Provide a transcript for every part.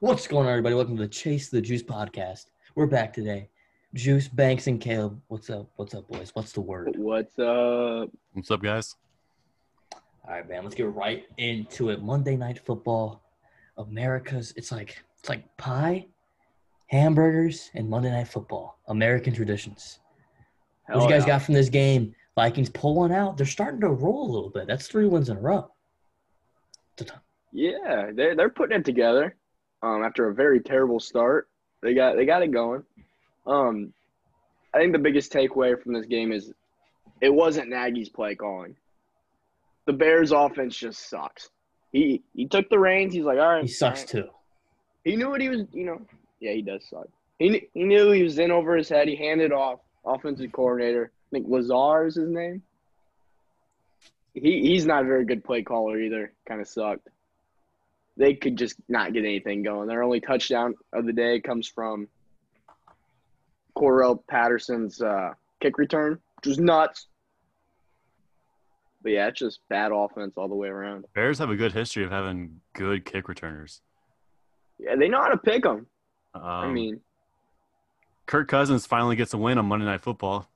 What's going on, everybody? Welcome to the Chase the Juice podcast. We're back today. Juice, Banks, and Caleb. What's up? What's up, boys? What's the word? What's up? What's up, guys? All right, man. Let's get right into it. Monday Night Football, America's. It's like it's like pie, hamburgers, and Monday Night Football. American traditions. What Hell you guys yeah. got from this game? Vikings pull one out. They're starting to roll a little bit. That's three wins in a row. Yeah, they're they're putting it together. Um, after a very terrible start, they got they got it going. Um, I think the biggest takeaway from this game is it wasn't Nagy's play calling. The Bears' offense just sucks. He he took the reins. He's like, all right, He sucks all too. right. He knew what he was. You know, yeah, he does suck. He kn- he knew he was in over his head. He handed off offensive coordinator. I think Lazar is his name. He he's not a very good play caller either. Kind of sucked. They could just not get anything going. Their only touchdown of the day comes from Corell Patterson's uh, kick return, which was nuts. But yeah, it's just bad offense all the way around. Bears have a good history of having good kick returners. Yeah, they know how to pick them. Um, I mean, Kirk Cousins finally gets a win on Monday Night Football.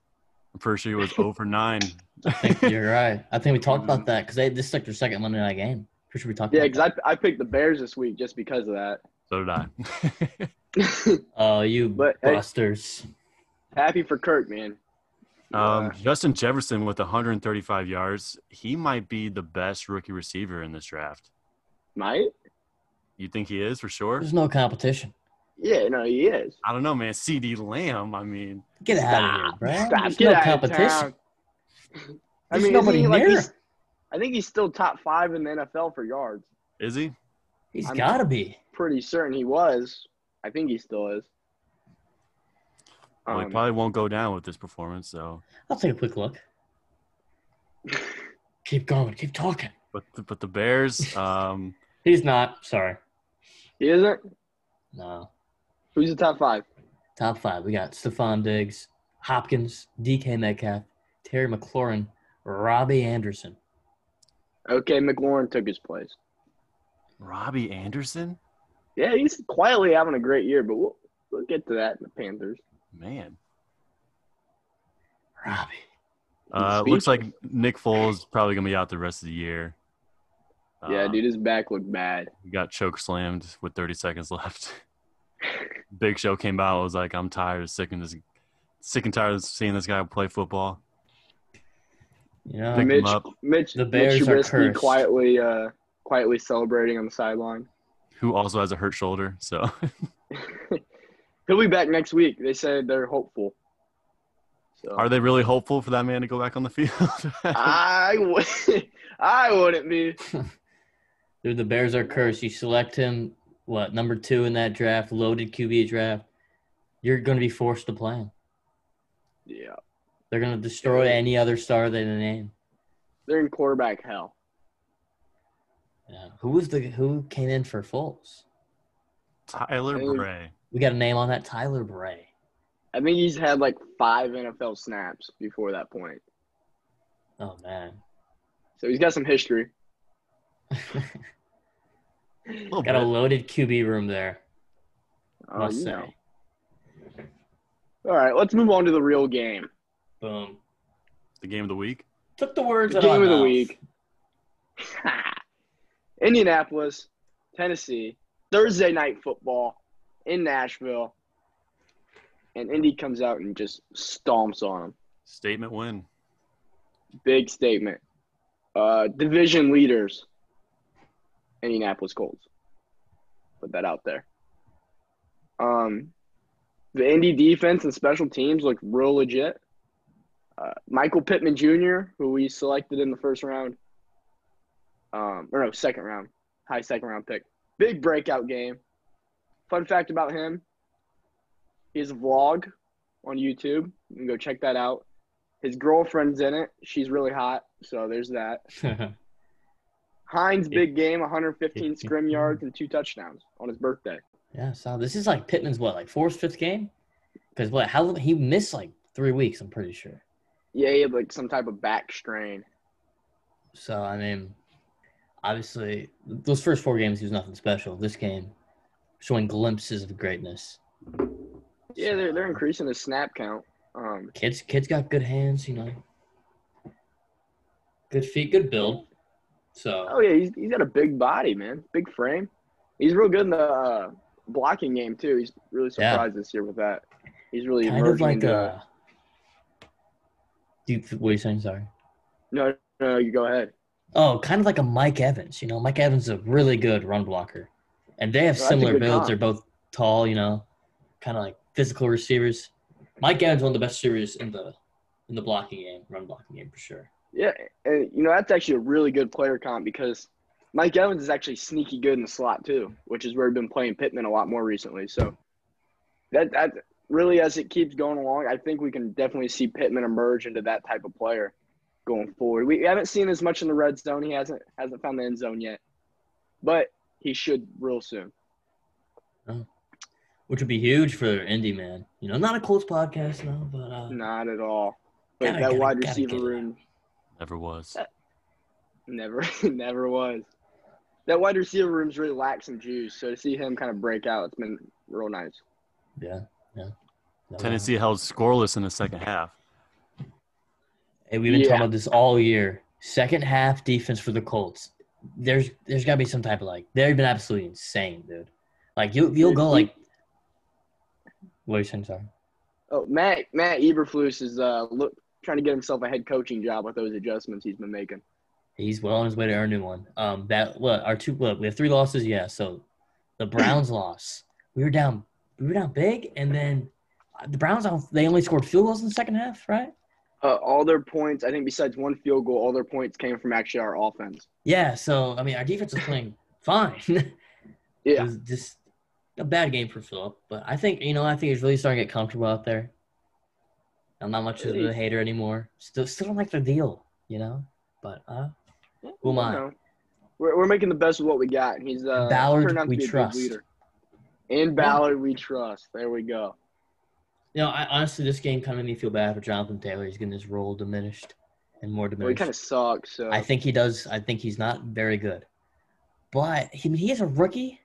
I'm pretty sure he was over nine. I think you're right. I think we talked about that because this is like their second Monday night game. Pretty sure we talked Yeah, about because I, I picked the Bears this week just because of that. So did I. that. Oh, you But, hey. busters. Happy for Kirk, man. Uh, um, Justin Jefferson with 135 yards. He might be the best rookie receiver in this draft. Might? You think he is for sure? There's no competition. Yeah, no, he is. I don't know, man. CD Lamb. I mean, Get out of here, bro. Stop. There's Get no out competition. Of town. I There's mean, nobody isn't he, like, near. he's- I think he's still top five in the NFL for yards. is he? He's I'm- got to be. Pretty certain he was. I think he still is. Well, he Um, probably won't go down with this performance. So, I'll take a quick look. keep going. Keep talking. but the, but the Bears. Um, He's not. Sorry. he isn't. No. Who's the top five? Top five. We got Stephon Diggs, Hopkins, DK Metcalf, Terry McLaurin, Robbie Anderson. Okay, McLaurin took his place. Robbie Anderson. Yeah, he's quietly having a great year, but we'll we'll get to that in the Panthers. Man. Robbie. Uh, looks like Nick Foles probably gonna be out the rest of the year. Yeah, Uh, dude, his back looked bad. he Got choke slammed with 30 seconds left. Big Show came out. and Was like, I'm tired, sick and this, sick and tired of seeing this guy play football. You know, Pick him Uh, Mitch- up. Mitch, The Bears Mitch are Trubisky cursed. quietly, uh, quietly celebrating on the sideline. Who also has a hurt shoulder. So He'll be back next week. They said they're hopeful. So are they really hopeful for that man to go back on the field? I would, I wouldn't be. Dude, the Bears are cursed. You select him, what, number two in that draft, loaded QB draft. You're going to be forced to play him. Yeah, They're going to destroy any other star they name. they're in quarterback hell. Yeah. Who was the who came in for Foles? Tyler Dude. Bray. We got a name on that, Tyler Bray. I think he's had like five NFL snaps before that point, Oh man, so he's got some history. A little got a bit. loaded QB room there. Uh, must you say. know. All right, let's move on to the real game. Boom. The game of the week. Took the words out Game my of the mouth. week. Indianapolis, Tennessee, Thursday night football in Nashville. And Indy comes out and just stomps on them. Statement win. Big statement. Uh, division leaders, Indianapolis Colts. Put that out there. Um, the Indy defense and special teams look real legit. Uh, Michael Pittman Jr., who we selected in the first round, um, or no, second round, high second round pick. Big breakout game. Fun fact about him his vlog on YouTube. You can go check that out. His girlfriend's in it. She's really hot. So there's that. Hines' big game 115 scrim yards and two touchdowns on his birthday. yeah. So this is like Pittman's what, like fourth, fifth game? Because what? How he missed like three weeks? I'm pretty sure. Yeah, he had like some type of back strain. So I mean, obviously, those first four games he was nothing special. This game, showing glimpses of greatness. Yeah, they're they're increasing the snap count. Um, Kids, kids got good hands, you know. Good feet, good build. oh So yeah, he's he's got a big body, man. Big frame. He's real good in the uh, blocking game too. He's really Yeah. surprised this year with that. He's really kind of emerging like into- a. Do you, what are you saying? Sorry. No, no, no, you go ahead. Oh, kind of like a Mike Evans. You know, Mike Evans is a really good run blocker, and they have Well, that's a similar good builds. comp. They're both tall. You know, kind of like physical receivers. Mike Evans is one of the best receivers in the in the blocking game, run blocking game for sure. Yeah, and you know that's actually a really good player comp because Mike Evans is actually sneaky good in the slot too, which is where we've been playing Pittman a lot more recently. So that that really, as it keeps going along, I think we can definitely see Pittman emerge into that type of player going forward. We haven't seen as much in the red zone. He hasn't hasn't found the end zone yet, but he should real soon. which would be huge for Indy, man. You know, not a Colts podcast now, but uh, Not at all. But Gotta- that gotta- wide gotta receiver get it. room Never was. Uh, Never, never was. That wide receiver room's really lacked some juice, so to see him kind of break out, it's been real nice. yeah, yeah. No, Tennessee held scoreless in the second half. no. Hey, we've been talking Yeah. about this all year. Second half defense for the Colts. There's there's gotta be some type of like they've been absolutely insane, dude. Like you you'll go like. What are you saying? Sorry. Oh, Matt, Matt Eberflus is uh look trying to get himself a head coaching job with those adjustments he's been making. He's well on his way to earn a new one. Um, that what our two what we have three losses. Yeah, so the Browns loss. We were down. We were down big, and then uh, the Browns. They only scored field goals in the second half, right? Uh, all their points, I think, besides one field goal, all their points came from actually our offense. Yeah, so I mean, our defense was playing fine. it Yeah, was just a bad game for Philip, but I think you know I think he's really starting to get comfortable out there. I'm not much of a hater anymore. Still, still don't like the deal, you know. But uh, who am You I? know, we're, we're making the best of what we got. and He's uh, Ballard, turned out to we be a good trust. leader. In Ballard, we trust. There we go. You know, I honestly, this game kind of made me feel bad for Jonathan Taylor. He's getting his role diminished and more Well, he diminished. kind of sucks. So I think he does. I think he's not very good, but he, he is a rookie.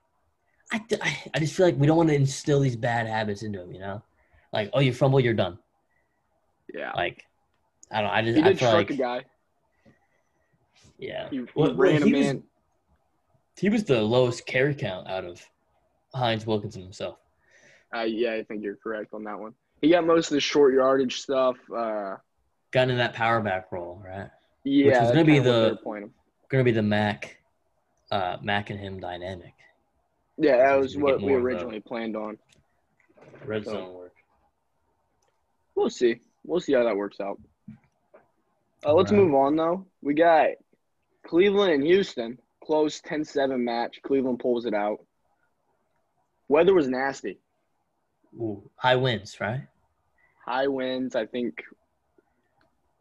I, d- I- I just feel like we don't want to instill these bad habits into him. You know, like oh, you fumble, you're done. yeah, Like I don't. know. I he just I did feel like truck a guy. yeah. He, he Well, well, ran he a was- man. He was the lowest carry count out of Heinz Wilkinson himself. Uh, yeah, I think you're correct on that one. He got most of the short yardage stuff. Uh, Got in that power back role, right? yeah, was that's gonna be kinda what the- they were playing him. Gonna be the Mac, uh, Mac and him dynamic. Yeah, that Because was we get what we more of the- originally planned on. Red So- zone work. We'll see. We'll see how that works out. Uh, let's Alright. move on though. We got Cleveland and Houston close 10-7 match. Cleveland pulls it out. Weather was nasty. Ooh, high winds, right? High winds. I think.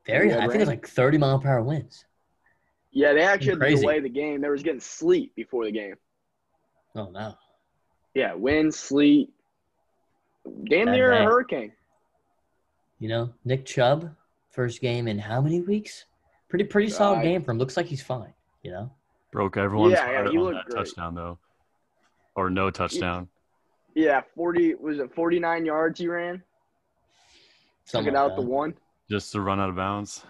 Very. Yeah, high. I think it's right. like thirty mile per hour winds. Yeah, they actually had to Crazy. delay the game. They was getting sleet before the game. Oh no. Yeah, wind, sleet. Damn Bad near a night. You know, Nick Chubb, first game in how many weeks? Pretty pretty solid Uh, game for him. Looks like he's fine. You know. Broke everyone's Yeah, yeah, heart he on looked that great. touchdown though, or no touchdown. Yeah, forty was it forty nine yards he ran? Took Something it like out that. the one. Just to run out of bounds.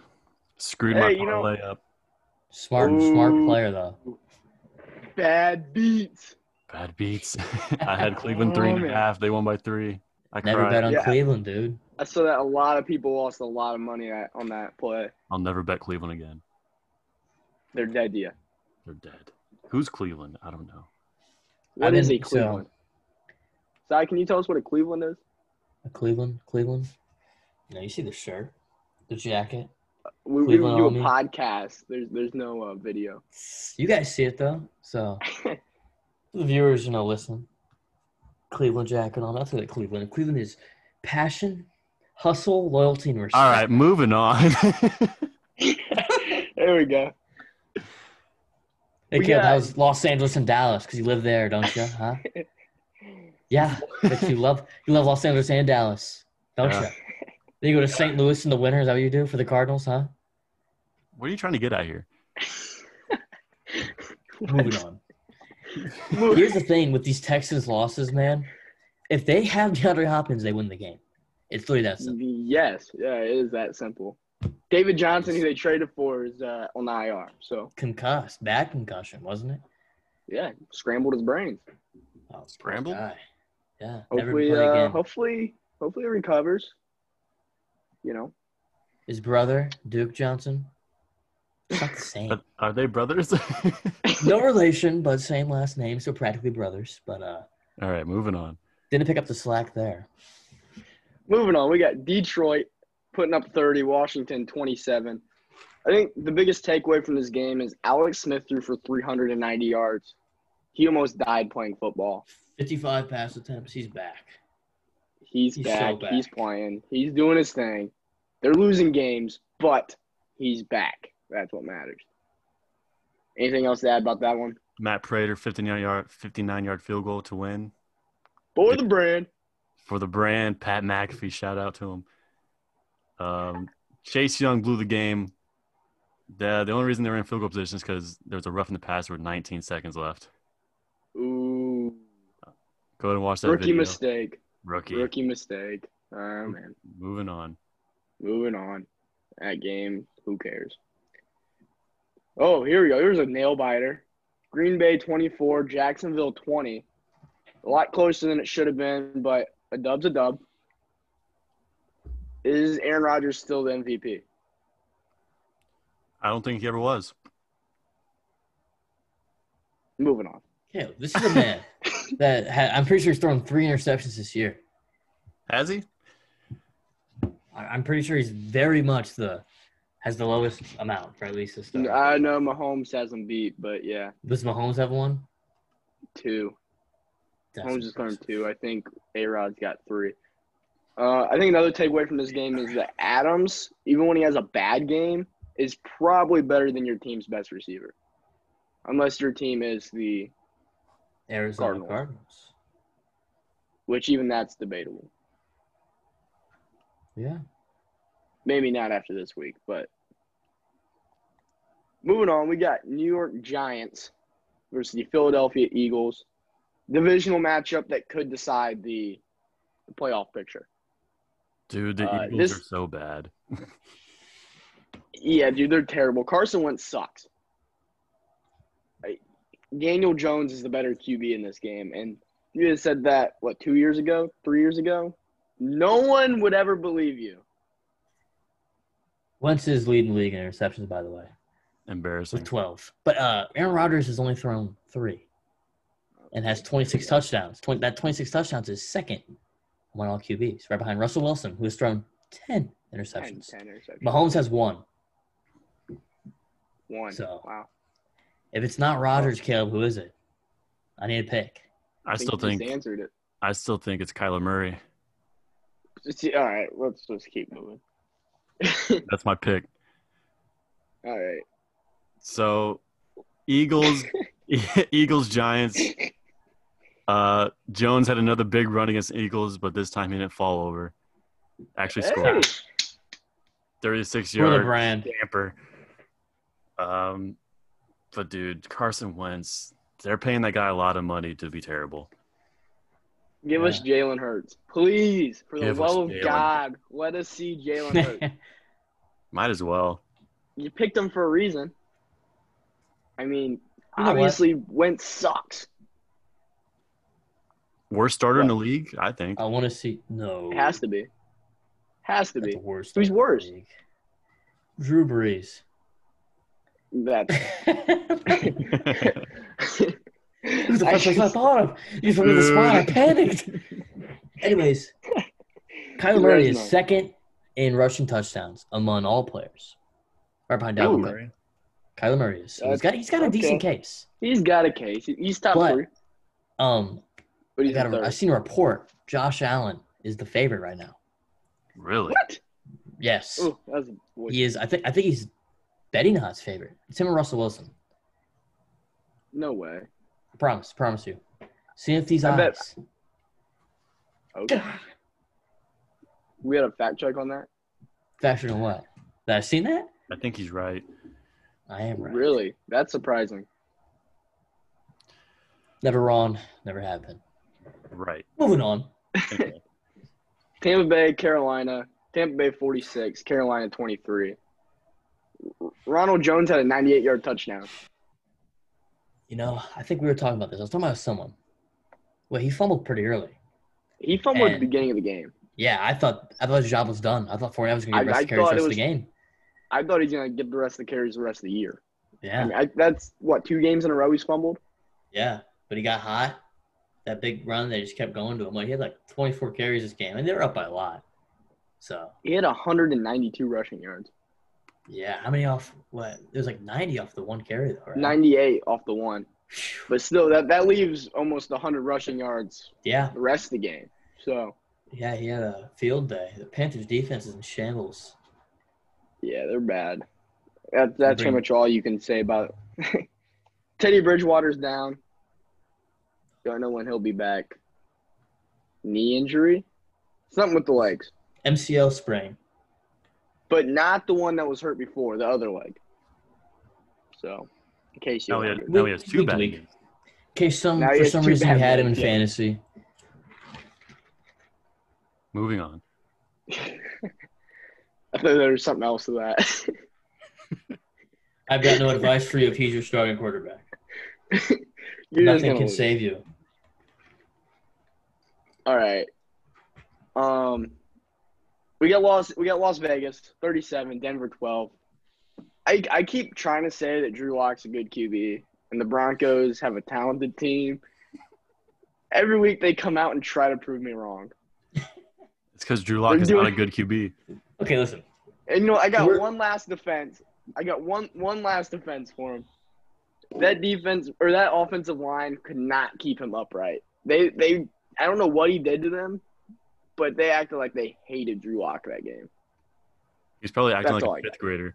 Screwed Hey, my you know- parlay up. Smart smart Ooh. player though. Bad beats. Bad beats. I had Cleveland three and Oh, a man. half. They won by three. I Never cried. bet on Yeah. Cleveland, dude. I saw that a lot of people lost a lot of money at, on that play. I'll never bet Cleveland again. They're dead to you. They're dead. Who's Cleveland? I don't know. What is a didn't- so- Cleveland? Sai, can you tell us what a Cleveland is? A Cleveland, Cleveland. You know, you see the shirt, the jacket. We, we Cleveland do a Army. podcast. There's there's no uh, video. You guys see it though, so the viewers, you know, listen. Cleveland jacket on. That's what Cleveland. Cleveland is passion, hustle, loyalty, and respect. All right, moving on. there we go. Hey, We kid, got- that was Los Angeles and Dallas because you live there, don't you? Huh? yeah, but you love you love Los Angeles and Dallas, don't Yeah. you? Then you go to St. Louis in the winter. Is that what you do for the Cardinals, huh? what are you trying to get at here? Moving on. Here's the thing with these Texans losses, man. If they have DeAndre Hopkins, they win the game. It's literally that simple. yes, yeah, it is that simple. David Johnson, who they traded for, is uh, on IR. So Concussed, bad concussion, wasn't it? yeah, scrambled his brains. Oh, poor Scrambled? guy. Yeah. Never Hopefully, play uh, again. hopefully, hopefully, he recovers. You know, His brother, Duke Johnson. It's not the same. But are they brothers? no relation, but same last name, so practically brothers. But uh All right, moving on. didn't pick up the slack there. moving on, we got Detroit putting up 30, Washington 27. I think the biggest takeaway from this game is Alex Smith threw for 390 yards. He almost died playing football. Fifty-five pass attempts. He's back. He's, He's so back. back. He's playing. He's doing his thing. They're losing games, but he's back. That's what matters. Anything else to add about that one? Matt Prater, 59 yard, 59 yard field goal to win For the brand. for the brand. Pat McAfee, shout out to him. Um, Chase Young blew the game. The, the only reason they were in field goal position is because there was a rough in the pass with 19 seconds left. Ooh. Go ahead and watch that Rookie video. mistake. Rookie. Rookie mistake. Oh man. Moving on. Moving on. That game, who cares? Oh, here we go. Here's a nail biter. Green Bay 24, Jacksonville 20. A lot closer than it should have been, but a dub's a dub. Is Aaron Rodgers still the MVP? I don't think he ever was. Moving on. Caleb, this is a man that had, I'm pretty sure he's thrown three interceptions this year. Has he? I, I'm pretty sure he's very much the has the lowest amount for at least this time. I know Mahomes has him beat, but yeah, Does Mahomes have one? two. That's Mahomes is throwing impressive. two. I think A Rod's got three. Uh, I think another takeaway from this game is that Adams, even when he has a bad game, is probably better than your team's best receiver, unless your team is the Arizona Cardinals. Cardinals. which even that's debatable. Yeah. Maybe not after this week, but moving on, we got New York Giants versus the Philadelphia Eagles, divisional matchup that could decide the, the playoff picture. Dude, the Uh, Eagles this- are so bad. Yeah, dude, they're terrible. Carson Wentz sucks. I- Daniel Jones is the better QB in this game, and you had said that what two years ago, three years ago, no one would ever believe you. Wentz is leading the league in interceptions, by the way, with Embarrassing. 12. But uh, Aaron Rodgers has only thrown three and has 26 touchdowns. 20, that 26 touchdowns is second among all QBs, right behind Russell Wilson, who has thrown 10 Ten, interceptions. ten interceptions. Mahomes has one. one. so. Wow. If it's not Rodgers, Oh. Caleb, who is it? I need a pick. I still you just think answered it. I still think it's Kyler Murray. See, all right, let's just keep moving. That's my pick. all right. So, Eagles, Eagles, Giants. Uh, Jones had another big run against Eagles, but this time he didn't fall over. Actually Hey, scored 36 For the yard brand. damper. Um, but dude, Carson Wentz, they're paying that guy a lot of money to be terrible. give us Jalen Hurts, please, for the Give us love of Jalen God. Let us see Jalen Hurts. Might as well. you picked him for a reason. I You mean, know what? obviously Wentz sucks. Worst starter in the league, I think. Oh. I want to see. No. It has to be. Has to Not be. the worst. Who's in the worse? league. Drew Brees. That. Who's the first person I thought of? You threw me the spot. I panicked. Anyways, Kyler Murray is Resume. second in rushing touchdowns among all players. Right behind Ooh. Dalvin Cook. Kyler Murray is. So he's got he's got a Okay. decent case. he's got a case. He- He's top But- three, Um, but I he's got in a, third. I've seen a report. Josh Allen is the favorite right now. really? What? Yes, Ooh, that was a voice. he is. I think I think he's betting odds favorite. It's him and Russell Wilson. No way. I promise, promise you. See if these I bet- odds. Okay. we had a fact check on that. Faster than what? That I've seen that. I think he's right. I am right. Really? That's surprising. Never wrong. Never have been. Right. Moving on. Tampa Bay, Carolina. Tampa Bay 46, Carolina 23. R- Ronald Jones had a 98 yard touchdown. You know, I think we were talking about this. I was talking about someone. Wait, he fumbled pretty early. He fumbled at And- the beginning of the game. Yeah, I thought I thought his job was done. I thought Fournette was going to I- get rest I of carries thought rest it of the was- game. I thought he's going to get the rest of the carries the rest of the year. I Yeah, mean, I, that's what, two games in a row he's fumbled? yeah. But he got hot. That big run, they just kept going to him. Like he had like 24 carries this game, and they were up by a lot. So He had 192 rushing yards, yeah, how many off? What it was like 90 off the one carry though, right? 98 off the one. Phew. But still, that, that leaves almost 100 rushing yards Yeah, the rest of the game. So, yeah. He had a field day. The Panthers defense is in shambles. yeah, they're bad. That, Bring- that's pretty much all you can say about Teddy Bridgewater's down. Don't know when he'll be back. Knee injury? Something with the legs. MCL sprain. But not the one that was hurt before, the other leg. So, in case you Oh, Now he, had, wondered. now he has two Week to bad week. games. In case some Now he for has some two reason bad we had him in ones, yeah. fantasy. Moving on. I thought there was something else to that. I've got no advice for you if he's your starting quarterback. You're just Nothing gonna can lose. save you. All right. Um, we got Las we got Las Vegas thirty seven, Denver twelve. I I keep trying to say that Drew Lock's a good QB, and the Broncos have a talented team. Every week they come out and try to prove me wrong. It's because Drew Lock We're is not a doing- good QB. Okay, listen. And you know, I got We're- one last defense. I got one one last defense for him. That defense or that offensive line could not keep him upright. They they I don't know what he did to them, but they acted like they hated Drew Lock that game. He's probably acting That's all I like a got. fifth grader.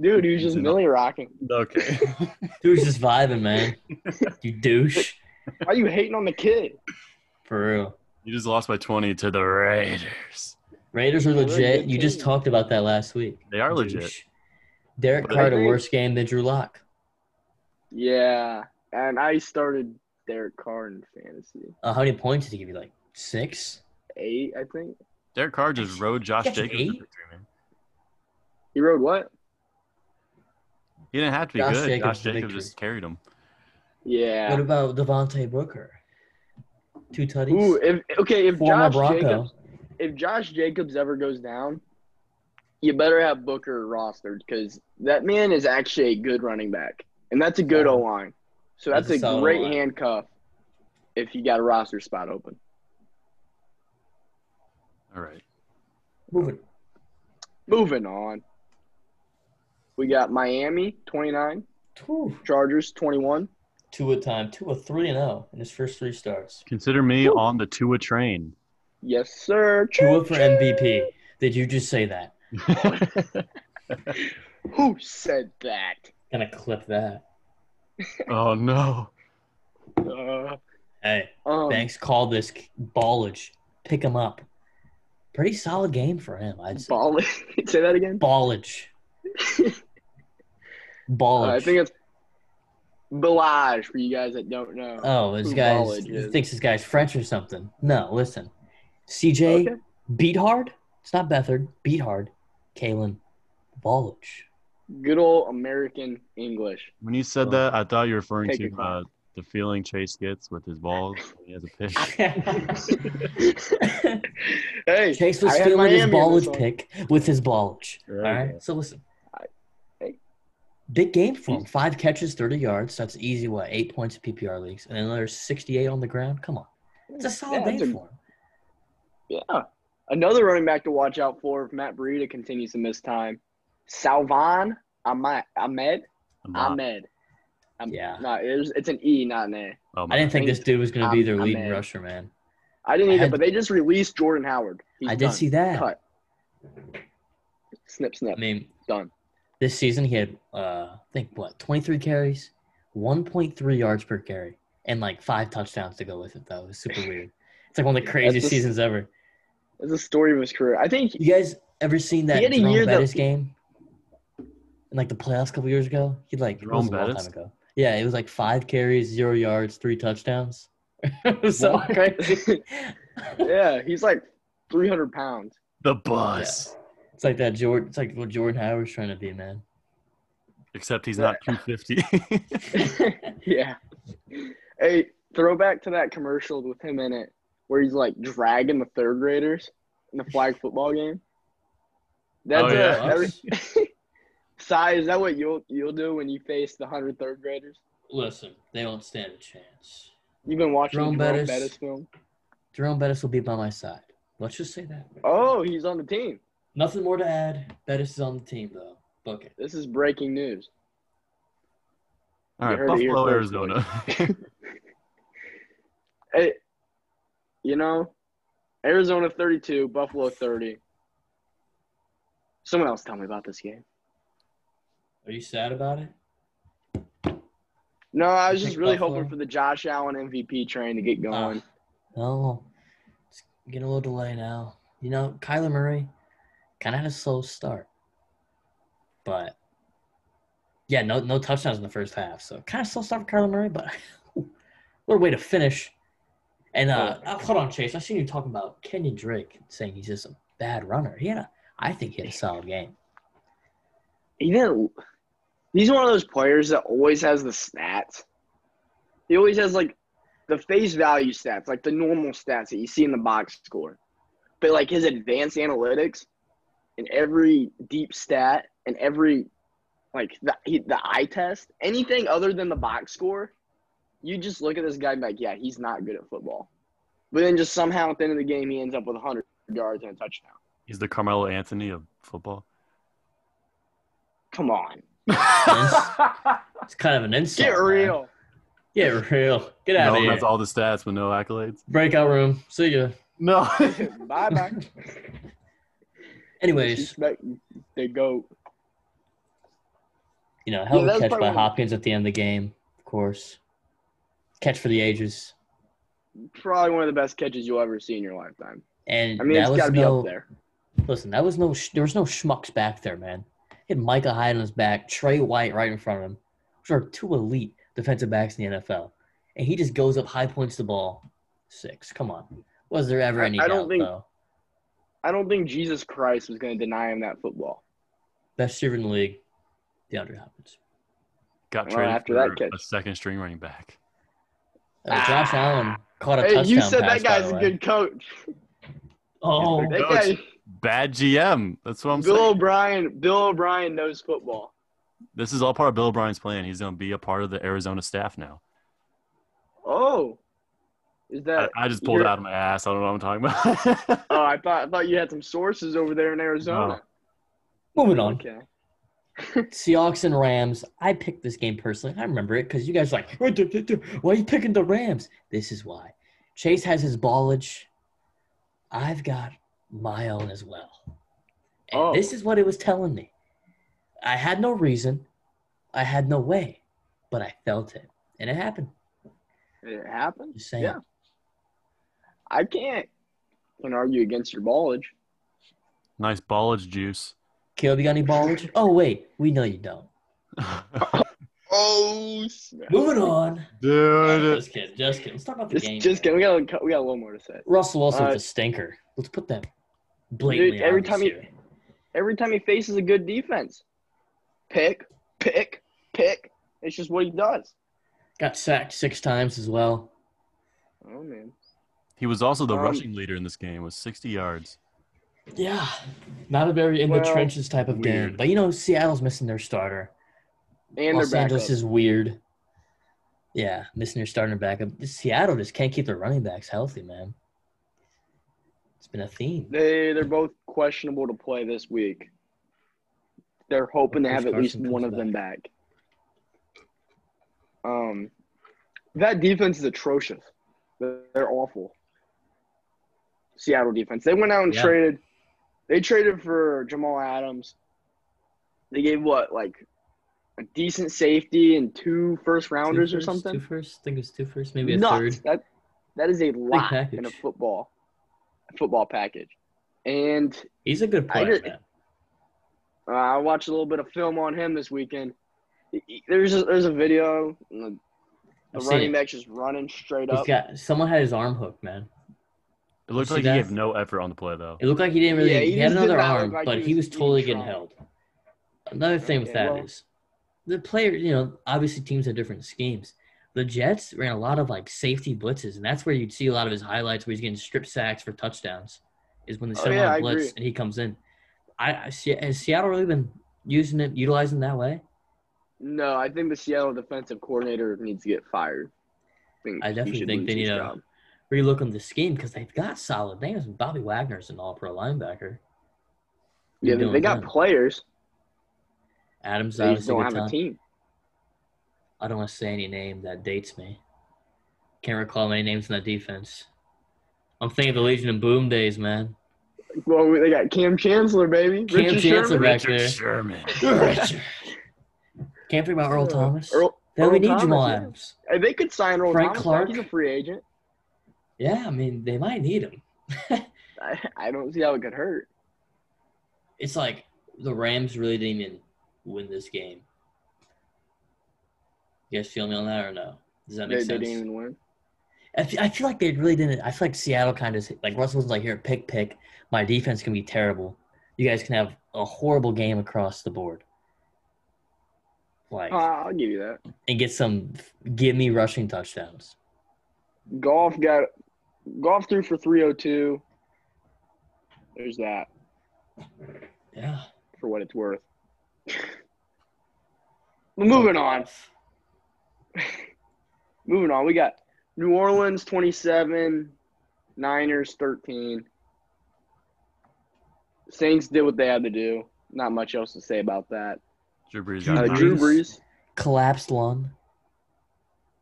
Dude, he was just millie rocking. Okay. Dude's just vibing, man. You douche. Why are you hating on the kid? For real. you just lost by 20 to the Raiders. Raiders are They're a legit. good You just team. talked about that last week. They are Douche. legit. Derek But- Carr had a Agreed. worse game than Drew Lock. Yeah, and I started Derek Carr in fantasy Uh, how many points did he give you? Like six? eight, I think. Derek Carr just rode Josh That's an Jacobs. to eight? victory, man. He rode what? He didn't have to be Josh good. Jacobs Josh to Jacobs victory. just carried him. Yeah. What about Devontae Booker? Two tutties. Ooh, if okay, if Former Josh Bronco. Jacobs if Josh Jacobs ever goes down, you better have Booker rostered because that man is actually a good running back, and that's a good Yeah. O line. So That's that's, a a, solid great O-line. handcuff if you got a roster spot open. All right. Moving. Moving on, we got Miami twenty nine, Two. Chargers twenty one. Two a time. Two a three and oh in his first three starts. Consider me Woo. on the Tua train. Yes, sir. Tua for Choo-choo. MVP. Did you just say that? Who said that? Gonna clip that. oh, no. Uh, Hey, um, Banks called this ballage. Pick him up. Pretty solid game for him, I'd say. Ball- say that again. Ballage. Uh, Ballage. I think it's Bellage for you guys that don't know. oh, this who guy Ballage is. thinks this guy's French or something. No, listen. CJ Okay. beat hard. It's not Bethard. Beat hard. Kalen Ballage. Good old American English. When you said Oh. that, I thought you were referring Take your to uh, class. the feeling Chase gets with his balls when he has a pitch. Hey, Chase was I had feeling his Miami in this ballage one. pick with his ballage. There All you right. go. So listen. hey. Big game for him. Five catches, 30 yards. That's easy, what, eight points in PPR leagues. And then there's 68 on the ground. Come on. It's a solid Yeah, game that's a- for him. Yeah. Another running back to watch out for if Matt Breida continues to miss time. Salvan Ahmed. Ahmed. I'm not- Ahmed. Um, Yeah. No, it was, it's an E, not an A. oh, my. I didn't think this dude was going to be I'm- their I'm leading in. rusher, man. I didn't I either, had- but they just released Jordan Howard. He's I did done. see that. Cut. Snip, snip. I mean, done. this season he had, uh, I think, what, 23 carries, 1.3 yards per carry, and like five touchdowns to go with it, though. It was super weird. It's like one of the craziest just- seasons ever. It's the story of his career. I think You guys ever seen that He had a Jerome year that- Bettis game? In like the playoffs a couple years ago? He'd like it was Jerome a long Bettis? time ago. Yeah, it was like five carries, zero yards, three touchdowns. It was so What? crazy. yeah, he's like 300 pounds. The bus. It's like that Jordan. It's like what Jordan Howard's trying to be, man. Except he's not 250. yeah. Hey, throwback to that commercial with him in it where he's like dragging the third graders in the flag football game. That's Oh, a, yeah. that was- Si, is that what you'll you'll do when you face the hundred third graders? Listen, they don't stand a chance. You've been watching Jerome Jerome Bettis. Bettis. film. Jerome Bettis will be by my side. Let's just say that. Oh, he's on the team. Nothing more to add. Bettis is on the team though. Book it. This is breaking news. All You right, heard it here Buffalo, first, Arizona. Hey, you know, Arizona 32, Buffalo 30. Someone else tell me about this game. Are you sad about it? No, I Ah. You was just think really Buffalo? hoping for the Josh Allen MVP train to get going. No. It's getting a little delay now. You know, Kyler Murray kind of had a slow start, but yeah, no, no touchdowns in the first half. So kind of slow start for Kyler Murray, but what a way to finish. And uh, uh, hold on, Chase. I seen you talking about Kenyon Drake saying he's just a bad runner. He had a, I think he had a solid game. He didn't. He's one of those players that always has the stats. He always has like the face value stats, like the normal stats that you see in the box score. But like his advanced analytics and every deep stat and every like the he, the eye test, anything other than the box score, you just look at this guy and be like, yeah, he's not good at football. But then just somehow at the end of the game, he ends up with 100 yards and a touchdown. he's the Carmelo Anthony of football. Come on, It's kind of an insult. get man. real. Get real. Get out No, of here. that's all the stats, but no accolades. Breakout room. See ya. No. bye bye. Anyways, Disrespect the goat. you know, hell Yeah, of that a was catch probably by one of- Hopkins at the end of the game, of course. Catch for the ages, Probably one of the best catches you'll ever see in your lifetime. and I mean, that it's got was to be no. up there. Listen, that was no. Sh- there was no schmucks back there, man. He had Micah Hyde on his back, Trey White right in front of him, which are two elite defensive backs in the NFL, and he just goes up high points the ball, six. Come on, was there ever I- any I doubt don't think- though? I don't think Jesus Christ was going to deny him that football. Best receiver in the league, DeAndre Hopkins. Got Well, traded after for that catch. a second string running back. Uh, Josh Ah. Allen caught a Hey, touchdown you said pass, that by guy's the a way. good coach. Oh, That Coach, guy, Bad GM. That's what I'm Bill saying. O'Brien. Bill O'Brien knows football. This is all part of Bill O'Brien's plan. He's going to be a part of the Arizona staff now. Oh, is I, that? I just pulled it you're- out of my ass. I don't know what I'm talking about. Oh, I thought I thought you had some sources over there in Arizona. moving on. Okay. Seahawks and Rams. I picked this game personally. I remember it because you guys were like, "What the- the- the- why are you picking the Rams? This is why. Chase has his ballage. I've got my own as well. And Oh. this is what it was telling me. I had no reason. I had no way. But I felt it. And it happened. It happened. Just saying. Yeah. I can't. Can argue against your ballage. nice ballage juice. Caleb, you got any ballage? oh, wait. We know you don't. Oh, snap. Moving on. Dude. Just kidding. Just kidding. Let's talk about the uh, Just, game. just man. kidding. We got, a cou- we got a little more to say. Russell Wilson's Uh, a stinker. Let's put that blatantly Dude, every out time this he- year. every time he faces a good defense. Pick, pick, pick. It's just what he does. Got sacked six times as well. Oh man. He was also the Um, rushing leader in this game with 60 yards. Yeah, not a very in the Well, trenches type of game. weird. But you know, Seattle's missing their starter. And Los they're back. Angeles is weird. Yeah, missing their starting backup. Seattle just can't keep their running backs healthy, man. It's been a theme. They they're both questionable to play this week. They're hoping to Chris have at least Carson one comes of them back. Um, that defense is atrocious. They're they're awful. Seattle defense. They went out and Yeah. traded. They traded for Jamal Adams. They gave what like a decent safety and two first rounders Two or first- something. Two first, I think it was two first, maybe a Nuts. third. That that is a lot in a package. football football package. And He's a good I player, just- man. uh, I watched a little bit of film on him this weekend. There's a, there's a video. And the the I've seen running it. back just running straight He's up. got someone had his arm hooked, man. It looks see like that? he gave no effort on the play though. It looked like he didn't really. Yeah, he, he had just did another not look arm, like but he he was was totally getting getting held. Another thing with Okay, that is well- the player. You know, obviously teams have different schemes. The Jets ran a lot of like safety blitzes, and that's where you'd see a lot of his highlights where he's getting strip sacks for touchdowns. Is when they Oh, set him yeah, on I a blitz agree. and he comes in. I, I see. Has Seattle really been using it, utilizing that way? No, I think the Seattle defensive coordinator needs to get fired. I, think I he definitely should think lose they his need a- job. Relook on the scheme because they've got solid names. Bobby Wagner's an All-Pro linebacker. Yeah, they, Doing they got good. players. Adams They just obviously don't good have a talent. team. I don't want to say any name that dates me. Can't recall many names in that defense. I'm thinking the Legion of Boom days, man. Well, we- they got Cam Chancellor, baby. Cam Richard Chancellor Sherman. back Richard there. Sherman. Can't forget about Earl Yeah. Thomas. Earl, then we Earl need Thomas, Jamal yeah. Adams. Hey, they could sign Earl Frank Thomas. Clark. He's a free agent. Yeah, I mean they might need him. I, I don't see how it could hurt. It's like the Rams really didn't even win this game. You guys feel me on that or no? Does that They, make they sense? didn't even win. I fe- I feel like they really didn't. I feel like Seattle kind of like Russell's like here, pick, pick. My defense can be terrible. You guys can have a horrible game across the board. Like Uh, I'll give you that. and get some give me rushing touchdowns. Golf got golf threw for 302. There's that Yeah. for what it's worth. But moving on. Moving on. We got New Orleans 27, Niners 13. Saints did what they had to do. Not much else to say about that. Drew Brees. Drew Uh, Brees. got nine. Drew Brees Collapsed lung.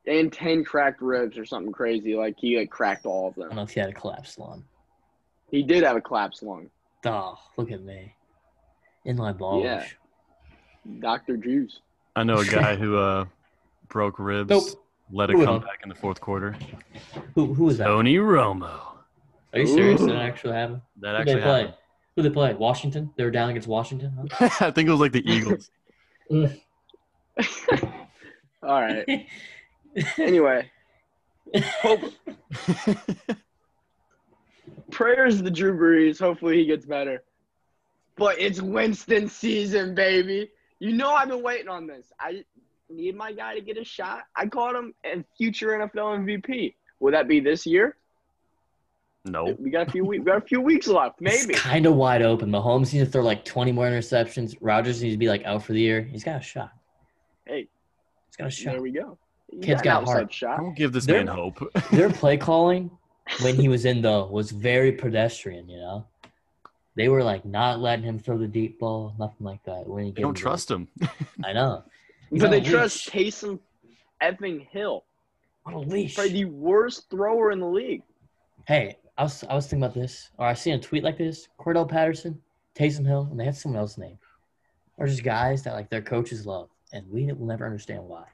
and 10 cracked ribs or something crazy. Like he like, cracked all of I don't them. know if he had a collapsed lung. He did have a collapsed lung. Oh, look at me. In my balls. Yeah. Dr. Juice. I know a guy who uh, broke ribs. Nope. Let it Moving come on. back in the fourth quarter. Who who was that? Tony Romo. Are you serious? Ooh. That actually happened? That Who they actually play? happened. Who they play? Washington? They were down against Washington. Huh? I think it was like the Eagles. All right. Anyway, hope prayers to Drew Brees. Hopefully he gets better. But it's Winston season, baby. You know I've been waiting on this. I need my guy to get a shot. I called him a future NFL MVP. Will that be this year? no. We got a few weeks. We got a few weeks left, maybe. It's kind of wide open. Mahomes needs to throw like 20 more interceptions. Rogers needs to be like out for the year. He's got a shot. Hey, He's got a shot. there we go. You Kid's an got outside heart. shot. Don't give this They're- man hope. Their play calling when he was in though was very pedestrian. You know, they were like not letting him throw the deep ball, nothing like that. When he They don't trust him. I know. He's But on they a leash. trust Taysom effing Hill, On a leash. probably the worst thrower in the league. Hey, I was I was thinking about this, or I seen a tweet like this: Cordell Patterson, Taysom Hill, and they had someone else's name, or just guys that like their coaches love, and we will never understand why.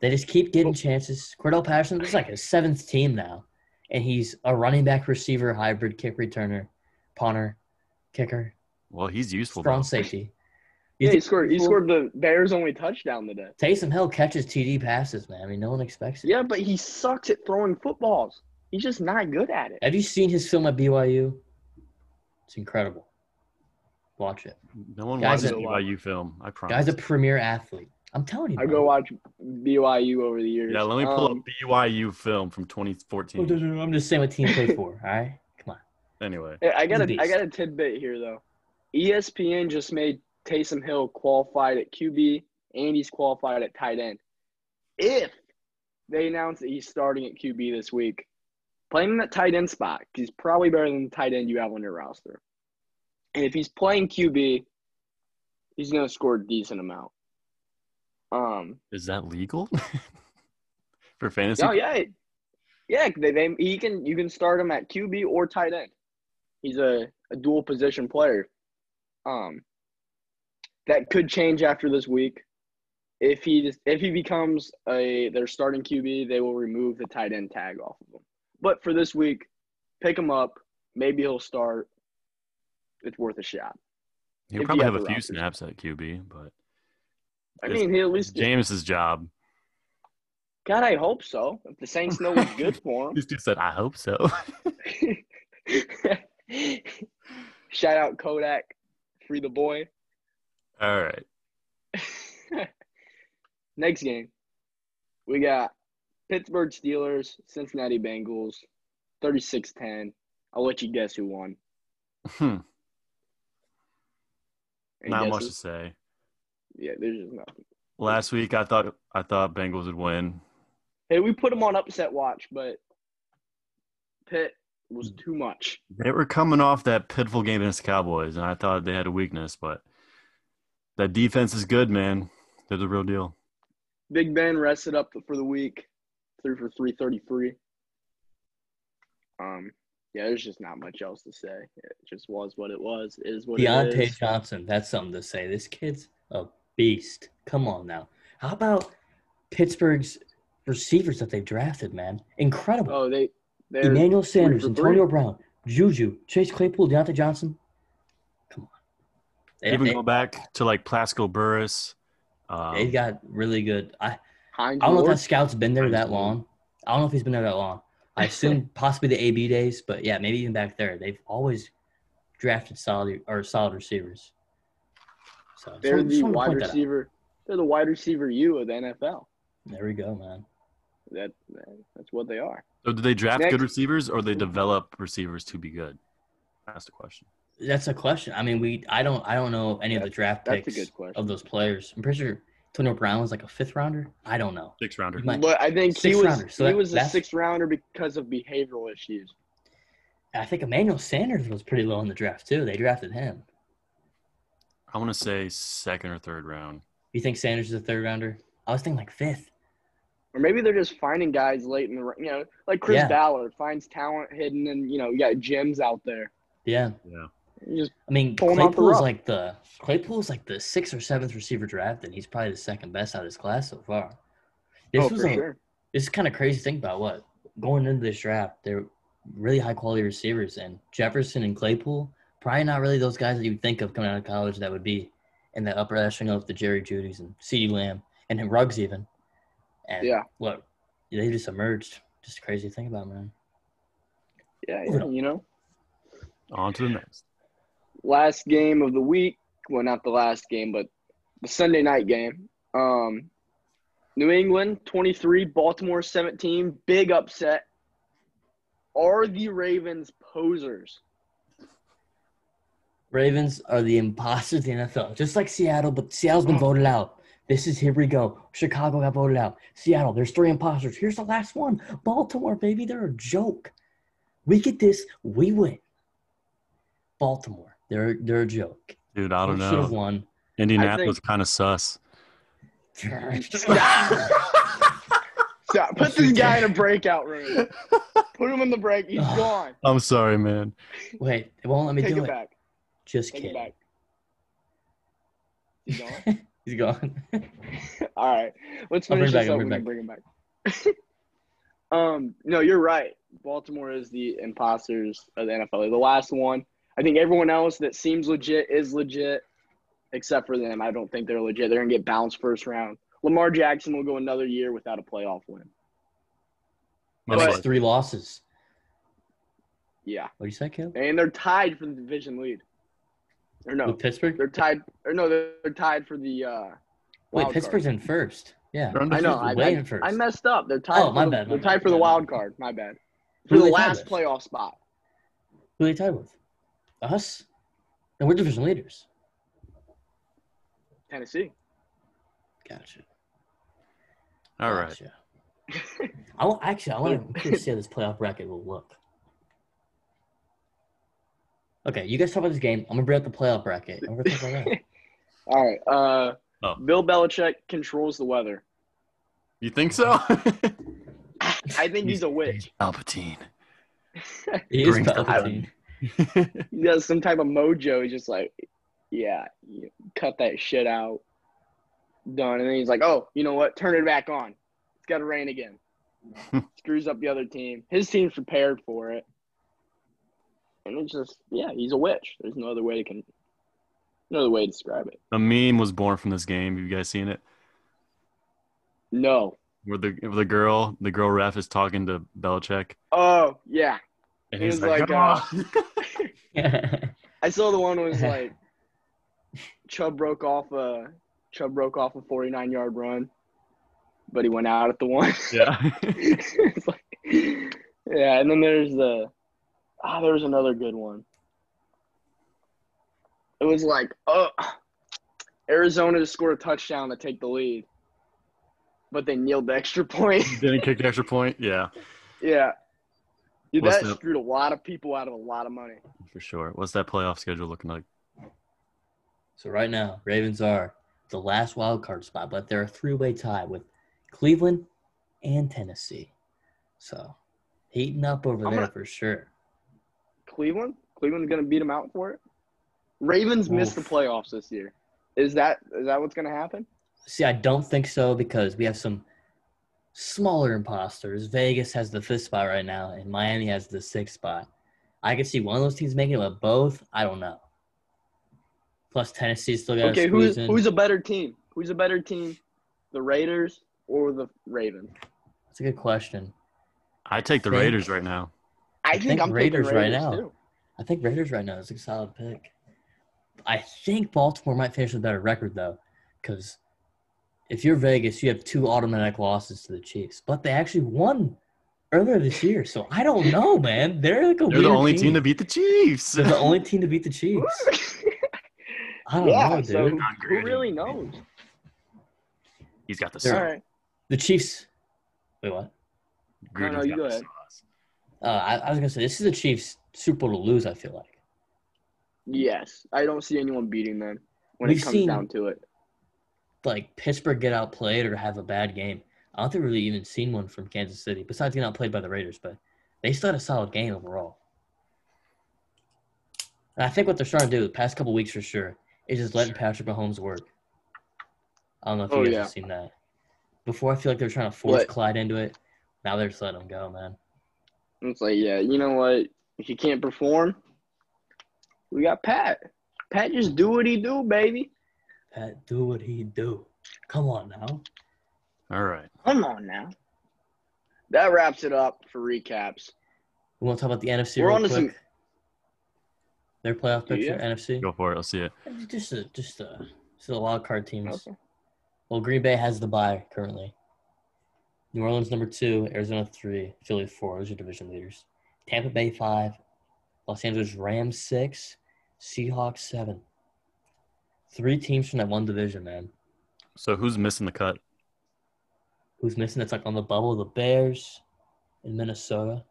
They just keep getting chances. Cordell Patterson is like his seventh team now, and he's a running back, receiver, hybrid, kick returner, punter, kicker, Well, he's useful. strong though. safety. You Yeah, he think- scored. He scored the Bears' only touchdown today. Taysom Hill catches TD passes, man. I mean, no one expects it. Yeah, but he sucks at throwing footballs. He's just not good at it. Have you seen his film at BYU? It's incredible. Watch it. No one Guys watches that- BYU film. I promise. Guy's a premier athlete. I'm telling you. I bro. go watch BYU over the years. yeah, let me pull Um, up BYU film from Oh, no, 2014. no, no, I'm just saying what team played for. All right, come on. Anyway, hey, I got He's a a I beast. got a tidbit here though. E ESPN just made Taysom Hill qualified at QB, and he's qualified at tight end. If they announce that he's starting at QB this week, playing that tight end spot, he's probably better than the tight end you have on your roster. And if he's playing QB, he's gonna score a decent amount. Um, is that legal for fantasy? Oh yeah, yeah. They, they he can you can start him at QB or tight end. He's a, a dual position player. Um, that could change after this week. If he just, if he becomes a their starting QB, they will remove the tight end tag off of him. But for this week, pick him up. Maybe he'll start. It's worth a shot. He'll if probably you have have a the few roster. snaps at QB, but I It's mean, he at least. James's job. God, I hope so. If the Saints know what's good for This dude said, "I hope so." him. Shout out Kodak, free the boy. All right, Next game, we got Pittsburgh Steelers, Cincinnati Bengals, 36-10. I'll let you guess who won. Hmm. Any not much to guesses? say. Yeah, there's just nothing. Last week, I thought I thought Bengals would win. Hey, we put them on upset watch, but Pitt was Mm. too much. They were coming off that pitiful game against the Cowboys, and I thought they had a weakness, but that defense is good, man. They're the real deal. Big Ben rested up for the week, three for three thirty-three. Um, yeah, there's just not much else to say. It just was what it was. It is what it Deontay is. Johnson, that's something to say. This kid's a beast. Come on now. How about Pittsburgh's receivers that they've drafted, man? Incredible. Oh, they they're Emmanuel Sanders, for Antonio three. Brown, Juju, Chase Claypool, Deontay Johnson. Come on. They, Even they, go back to like Plasco Burris. Um, they got really good. I, Hines I don't know if Ward. that scout's been there that Absolutely. long. I don't know if he's been there that long. I assume possibly the AB days, but yeah, maybe even back there. They've always drafted solid or solid receivers. So They're some- the someone wide point that out. receiver. They're the wide receiver U of the NFL. There we go, man. That that's what they are. so did they draft Next- good receivers, or they develop receivers to be good? That's the question. That's a question. I mean, we I don't I don't know any of the draft that's a picks good question. of those players. I'm pretty sure Antonio Brown was like a fifth rounder. I don't know. Six rounder. You might- But I think he Sixth was rounder, so he that- was a that's- sixth rounder because of behavioral issues. I think Emmanuel Sanders was pretty low in the draft too. They drafted him. I want to say second or third round. You think Sanders is a third rounder? I was thinking like fifth. Or maybe they're just finding guys late in the ra- you know, like Chris Yeah. Ballard finds talent hidden and you know, you got gems out there. Yeah. Yeah. You just I mean, Pull him out the Claypool is rough. like the Claypool is like the sixth or seventh receiver draft, and he's probably the second best out of his class so far. This oh, was for a, sure. this is kind of crazy to think about. What going into this draft, they're really high quality receivers, and Jefferson and Claypool probably not really those guys that you'd think of coming out of college that would be in the upper echelon of the Jerry Judys and CeeDee Lamb and then Ruggs even. And Yeah. what they just emerged. Just crazy to think about, man. Yeah, Moving yeah, you know. On to the next. Last game of the week. Well, not the last game, but the Sunday night game. Um New England 23, Baltimore 17, big upset. Are the Ravens posers? Ravens are the imposters of the NFL, just like Seattle, but Seattle's Oh. been voted out. This is here we go. Chicago got voted out. Seattle, there's three imposters. Here's the last one. Baltimore, baby, they're a joke. We get this, we win. Baltimore, they're they're a joke. Dude, I don't Should have know. won. Indianapolis kind of sus. Stop. Put this guy in a breakout room. Put him in the break. He's gone. I'm sorry, man. Wait, it won't let me Take do it it. back. Just Take it kidding. back. He's gone. He's gone. All right. Let's I'll bring finish it back, this I'll up. We bring it can bring him back. um, no, you're right. Baltimore is the imposters of the NFL. They're the last one. I think everyone else that seems legit is legit, except for them. I don't think they're legit. They're gonna get bounced first round. Lamar Jackson will go another year without a playoff win. That's But- just three losses. Yeah, What do you say, Caleb? and they're tied for the division lead. Or no, With Pittsburgh? They're tied, or no, they're, they're tied for the. Uh, wild Wait, card. Pittsburgh's in first. Yeah. They're I know. I, Way I, in first. I messed up. They're tied. Oh, for my the, bad, my They're bad. tied for the Yeah, my wild bad. card. My bad. Who For are the they tied last with? playoff spot. Who are they tied with? Us? And we're division leaders. Tennessee. Gotcha. All right. Gotcha. I will, actually, I want to see how this playoff bracket will look. Okay, you guys talk about this game. I'm gonna bring up the playoff bracket. I'm gonna talk about that. All right. Uh, Oh. Bill Belichick controls the weather. You think so? I think he's a witch. Palpatine. He is Bring it on. Palpatine. He has some type of mojo. He's just like, yeah, you cut that shit out. Done. And then he's like, oh, you know what? Turn it back on. It's got to rain again. Screws up the other team. His team's prepared for it. And it's just, yeah, he's a witch. There's no other way to can Another way to describe it. The meme was born from this game. Have you guys seen it? No. Where the where the girl the girl ref is talking to Belichick, Oh yeah, and It was he's like, like, uh, "Oh." I saw the one was like Chubb broke off a Chubb broke off a 49 yard run, but he went out at the one. yeah. It's like- yeah, and then there's the ah, there was another good one. It was like, oh, Arizona to score a touchdown to take the lead, but they kneeled the extra point. Didn't kick the extra point. Yeah, yeah, dude, What's that that? screwed a lot of people out of a lot of money. for sure. What's that playoff schedule looking like? So right now, Ravens are the last wild card spot, but they're a three-way tie with Cleveland and Tennessee. So heating up over I'm there gonna- for sure. Cleveland, Cleveland's gonna beat them out for it. Ravens missed the Oof. playoffs this year. Is that is that what's gonna happen? See, I don't think so because we have some smaller imposters. Vegas has the fifth spot right now, and Miami has the sixth spot. I could see one of those teams making it, but both, I don't know. Plus, Tennessee still got Okay, okay, who's squeeze in. who's a better team? Who's a better team, the Raiders or the Ravens? That's a good question. I take the Think- Raiders right now. I, think I'm thinking Raiders right now. too. I think Raiders right now is a solid pick. I think Baltimore might finish with a better record though, because if you're Vegas, you have two automatic losses to the Chiefs, but they actually won earlier this year. So I don't know, man. They're like a They're the weird only team to beat the Chiefs. They're the only team to beat the Chiefs. I don't yeah, know, dude. so who, Not great. really knows? He's got the They're- All sauce. right, The Chiefs. Wait, what? No, no, Gruden's you got go the ahead. sauce. Uh, I, I was gonna say this is the Chiefs' Super Bowl to lose. I feel like yes, I don't see anyone beating them when We've it comes seen- down to it. like Pittsburgh get outplayed or have a bad game. I don't think we've really even seen one from Kansas City besides getting outplayed by the Raiders, but they still had a solid game overall. And I think what they're starting to do the past couple weeks for sure is just letting Patrick Mahomes work. I don't know if you Oh, guys yeah. have seen that. Before I feel like they were trying to force What? Clyde into it. Now they're just letting him go, man. It's like, yeah, you know what? If you can't perform, we got Pat. Pat just do what he do, baby. Pat, do what he do. Come on now. All right. Come on now. That wraps it up for recaps. We want to talk about the NFC We're real onto quick. some- Their playoff Yeah. picture, NFC. Go for it. I'll see it. Just a, just a, just a wild card teams. Okay. Well, Green Bay has the bye currently. New Orleans number two, Arizona three, Philly four. Those are division leaders. Tampa Bay five, Los Angeles Rams six, Seahawks seven. Three teams from that one division, man. So who's missing the cut? Who's missing? That's like on the bubble. The Bears in Minnesota,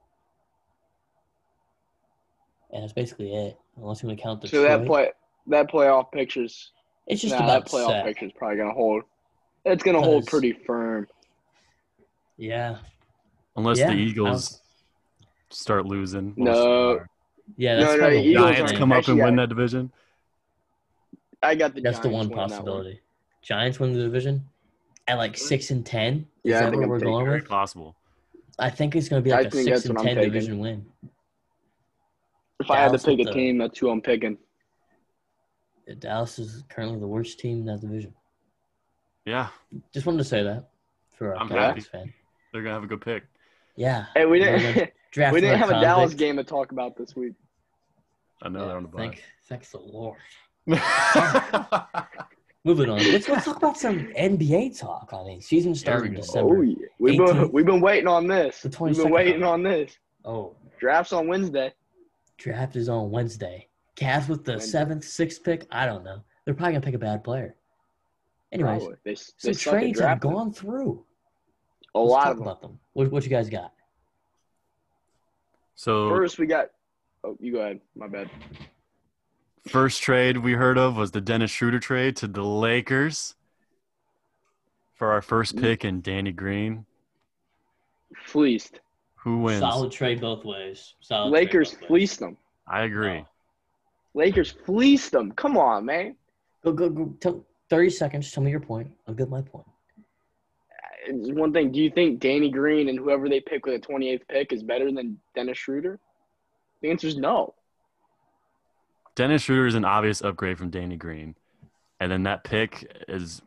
and that's basically it. Unless you want to count Detroit. So that play that playoff pictures it's just nah, about that playoff set. picture's probably gonna hold. It's gonna hold Because- pretty firm. Yeah, Unless Yeah, I the don't- Eagles start losing. No. Well, yeah. No, That's no, probably- Eagles Giants aren't- come up and actually, win yeah. that division. I got the. That's the Giants one winning that possibility. Giants win the division at like six and ten. Is Yeah, I that think what I'm we're taking going Very with? possible. I think it's going to be I like a think six that's and what I'm ten taking. division win. If I had to Dallas with pick a the- team, that's who I'm picking. Dallas is currently the worst team in that division. Yeah, Just wanted to say that for our I'm Cowboys fan. they're gonna have a good pick. Yeah, Hey, we We're didn't gonna draft. we didn't have a Dallas game to talk about this week. I know they're on the Thank, thanks the Lord. bye. Moving on. Let's, let's talk about some NBA talk. I mean, season started in go. December. Oh yeah, we've been 18th. we've been waiting on this. The We've 22nd. been waiting on this. oh, Drafts on Wednesday. draft is on Wednesday. Cavs with the Wednesday. seventh, sixth pick. I don't know. They're probably gonna pick a bad player. Anyways, Probably. They, some Oh, they suck at trades have drafting. gone through. A Let's lot talk of them. about them. What, what you guys got? So First, we got. Oh, you go ahead. My bad. first trade we heard of was the Dennis Schroeder trade to the Lakers for our first Mm-hmm. pick and Danny Green. Fleeced. Who wins? Solid trade both ways. Solid trade Lakers both ways. fleeced them. I agree. Lakers fleeced them. Come on, man. Go go go. Tell, Thirty seconds. Tell me your point. I'll get my point. It's one thing. Do you think Danny Green and whoever they pick with the 28th pick is better than Dennis Schroeder? The answer is no. Dennis Schroeder is an obvious upgrade from Danny Green. And then that pick is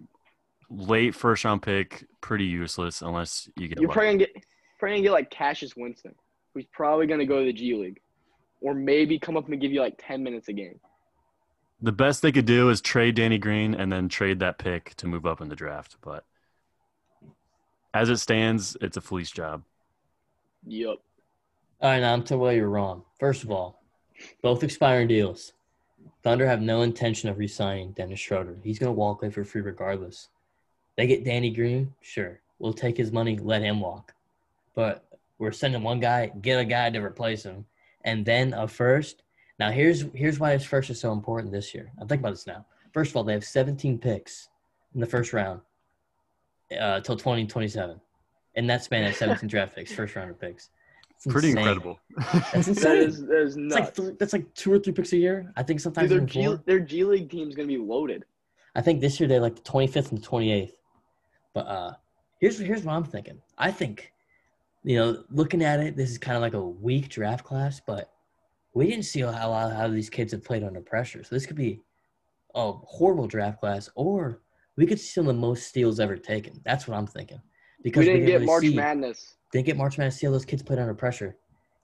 late first round pick, pretty useless unless you get. You're lucky. probably gonna get probably gonna get like Cassius Winston, who's probably gonna go to the G League, or maybe come up and give you like ten minutes a game. the best they could do is trade Danny Green and then trade that pick to move up in the draft. But as it stands, it's a fleece job. Yup. All right, now I'm telling you you're wrong. First of all, both expiring deals. Thunder have no intention of re-signing Dennis Schroeder. He's going to walk away for free regardless. They get Danny Green, sure. We'll take his money, let him walk. But we're sending one guy, get a guy to replace him, and then a first. Now here's here's why this first is so important this year. I'm thinking about this now. First of all, they have 17 picks in the first round uh, till 2027, and that span of 17 draft picks, first rounder picks. It's Pretty insane. incredible. That's That insane. is that is It's nuts. like th- that's like two or three picks a year. I think Dude, sometimes their even G four. their G League team's gonna be loaded. I think this year they're like the 25th and 28th. But uh here's here's what I'm thinking. I think you know, looking at it, this is kind of like a weak draft class, but we didn't see how how, how these kids have played under pressure. So this could be a horrible draft class, or we could see some of the most steals ever taken. That's what I'm thinking. We Because didn't get really March see- Madness. didn't get March Madness. See how those kids played under pressure,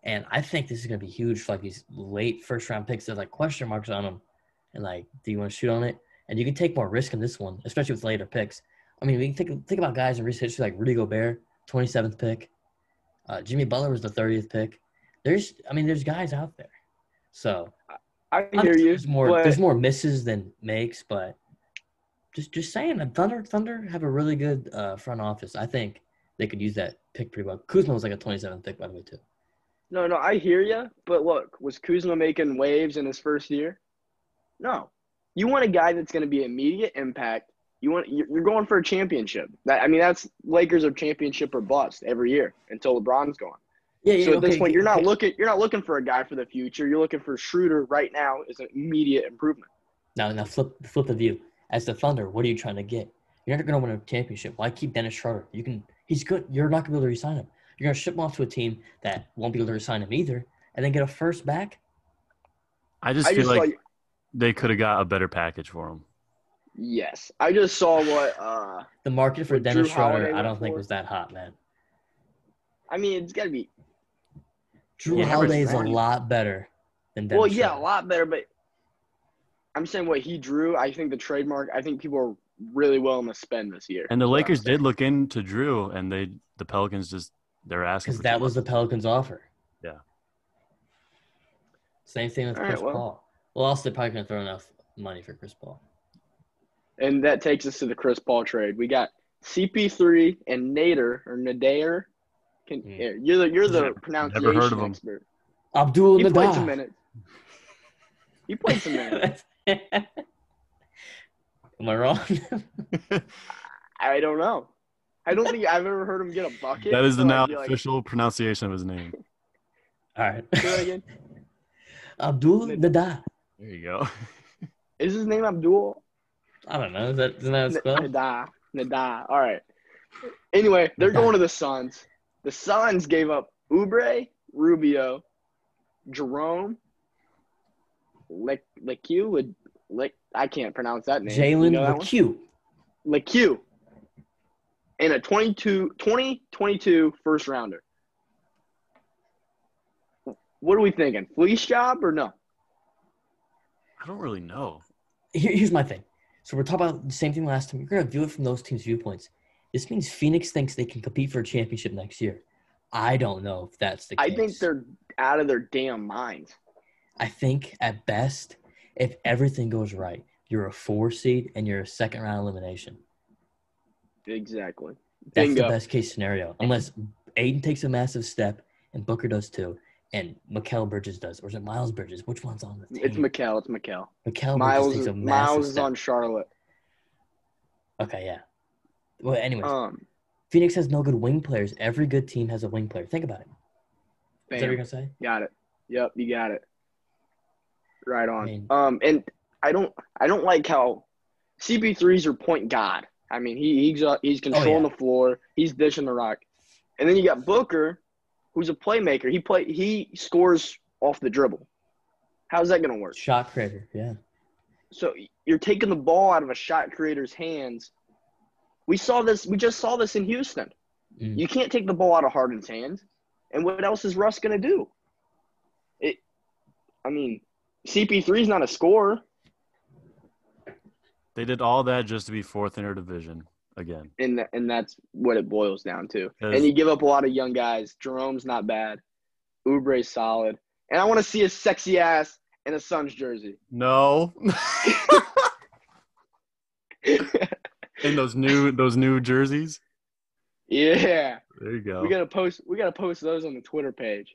and I think this is going to be huge for like these late first round picks. There's like question marks on them, and like, do you want to shoot on it? And you can take more risk in this one, especially with later picks. I mean, we can think think about guys in recent history like Rudy Gobert, 27th pick, uh, Jimmy Butler was the 30th pick. There's, I mean, there's guys out there. So I I'm hear sure you. There's more, but there's more misses than makes, but just just saying, the Thunder Thunder have a really good uh, front office. I think they could use that pick pretty well. Kuzma was like a 27th pick, by the way, too. no, no, I hear you. But look, was Kuzma making waves in his first year? No. You want a guy that's gonna be immediate impact. You want you're you're going for a championship. That I mean, that's Lakers are championship or bust every year until LeBron's gone. Yeah, so at this point, you're not looking you're not looking for a guy for the future. You're looking for Schroeder right now is an immediate improvement. Now, now flip flip the view. As the Thunder, what are you trying to get? You're not going to win a championship. Why keep Dennis Schroeder? You can. He's good. You're not going to be able to resign him. You're going to ship him off to a team that won't be able to resign him either, and then get a first back. I just I feel just like like they could have got a better package for him. yes, I just saw what. uh The market for With Drew Dennis Schroeder, Holiday I went don't think for- was that hot, man. I mean, it's gotta be Drew Yeah, Holiday is a Schroeder. lot better than Dennis. well, yeah, a Schroeder. lot better. But I'm saying what he drew. I think the trademark. I think people are really willing to spend this year. And the That's what I'm Lakers saying. did look into Drew, and they the Pelicans just they're asking Because for that too was the much. Pelicans' offer. Yeah. Same thing with All right, Chris well. Paul. Well, also they're probably gonna throw enough money for Chris Paul. And that takes us to the Chris Paul trade. We got CP3 and Nader or Nader. Can Hmm. yeah, you're the you're the Never- pronunciation never heard of him. expert. Abdul He played some Nadal. minutes. He played some minutes. Am I wrong? I don't know. I don't think I've ever heard him get a bucket. That is the so I'd now be like, official pronunciation of his name. All right. "Do it again." Abdul Nadal. There you go. Is his name Abdul? I don't know. Is that isn't that how it's spelled? Nada. Nada. All right. Anyway, they're Nada. going to the Suns. The Suns gave up Ubre, Rubio, Jerome, Lick, Lecue, Lick, I can't pronounce that name. You Jalen know that one? McHugh. Lecue. And a 22, 2022 first rounder. What are we thinking? Fleece job or no? I don't really know. Here, here's my thing. So we're talking about the same thing last time. You're gonna view it from those teams' viewpoints. This means Phoenix thinks they can compete for a championship next year. I don't know if that's the case. I think they're out of their damn minds. I think at best, if everything goes right, you're a four seed and you're a second round elimination. Exactly. That's Bingo. the best case scenario, unless Aiden takes a massive step and Booker does too, and Mikel Bridges does, or is it Miles Bridges? Which one's on the team? It's Mikel. It's Mikel. Mikal Miles, Bridges is, takes a massive Miles is step. on Charlotte. Okay, yeah. Well, anyways, Um, Phoenix has no good wing players. Every good team has a wing player. Think about it. Is that what bam. you're gonna say? got it. Yep, you got it. Right on. mean- um, and I don't, I don't like how CP3s are point god. I mean, he he's uh, Oh, he's controlling the floor. He's dishing the rock, and then you got Booker, who's a playmaker. He play he scores off the dribble. How's that gonna work? Shot creator, yeah. So you're taking the ball out of a shot creator's hands. We saw this. We just saw this in Houston. Mm. You can't take the ball out of Harden's hands. And what else is Russ gonna do? It. I mean, CP3 is not a scorer, They did all that just to be fourth in their division again. and tha- and that's what it boils down to. Yes. And you give up a lot of young guys. Jerome's not bad. Ubre's solid. And I want to see a sexy ass in a Suns jersey. No. in those new those new jerseys. yeah. There you go. We gotta post. We gotta post those on the Twitter page.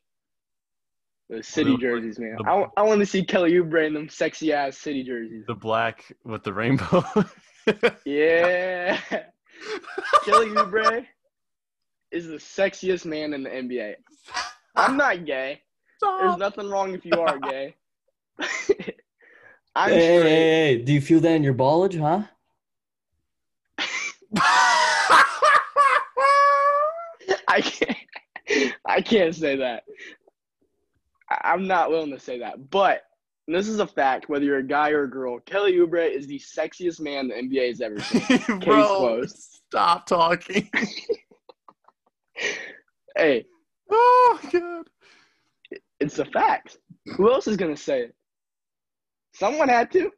The city the- jerseys, man. the- I want to see Kelly Oubre in them sexy ass city jerseys. the black with the rainbow. Yeah. Kelly Oubre is the sexiest man in the NBA. I'm not gay. There's nothing wrong if you are gay. I'm Hey, hey, straight. hey, hey, do you feel that in your ballage, huh? I can't. I can't say that. I- I'm not willing to say that. But this is a fact. Whether you're a guy or a girl, Kelly Oubre is the sexiest man the NBA has ever seen. Bro, closed. stop talking. hey, oh god. it's a fact. Who else is gonna say it? Someone had to.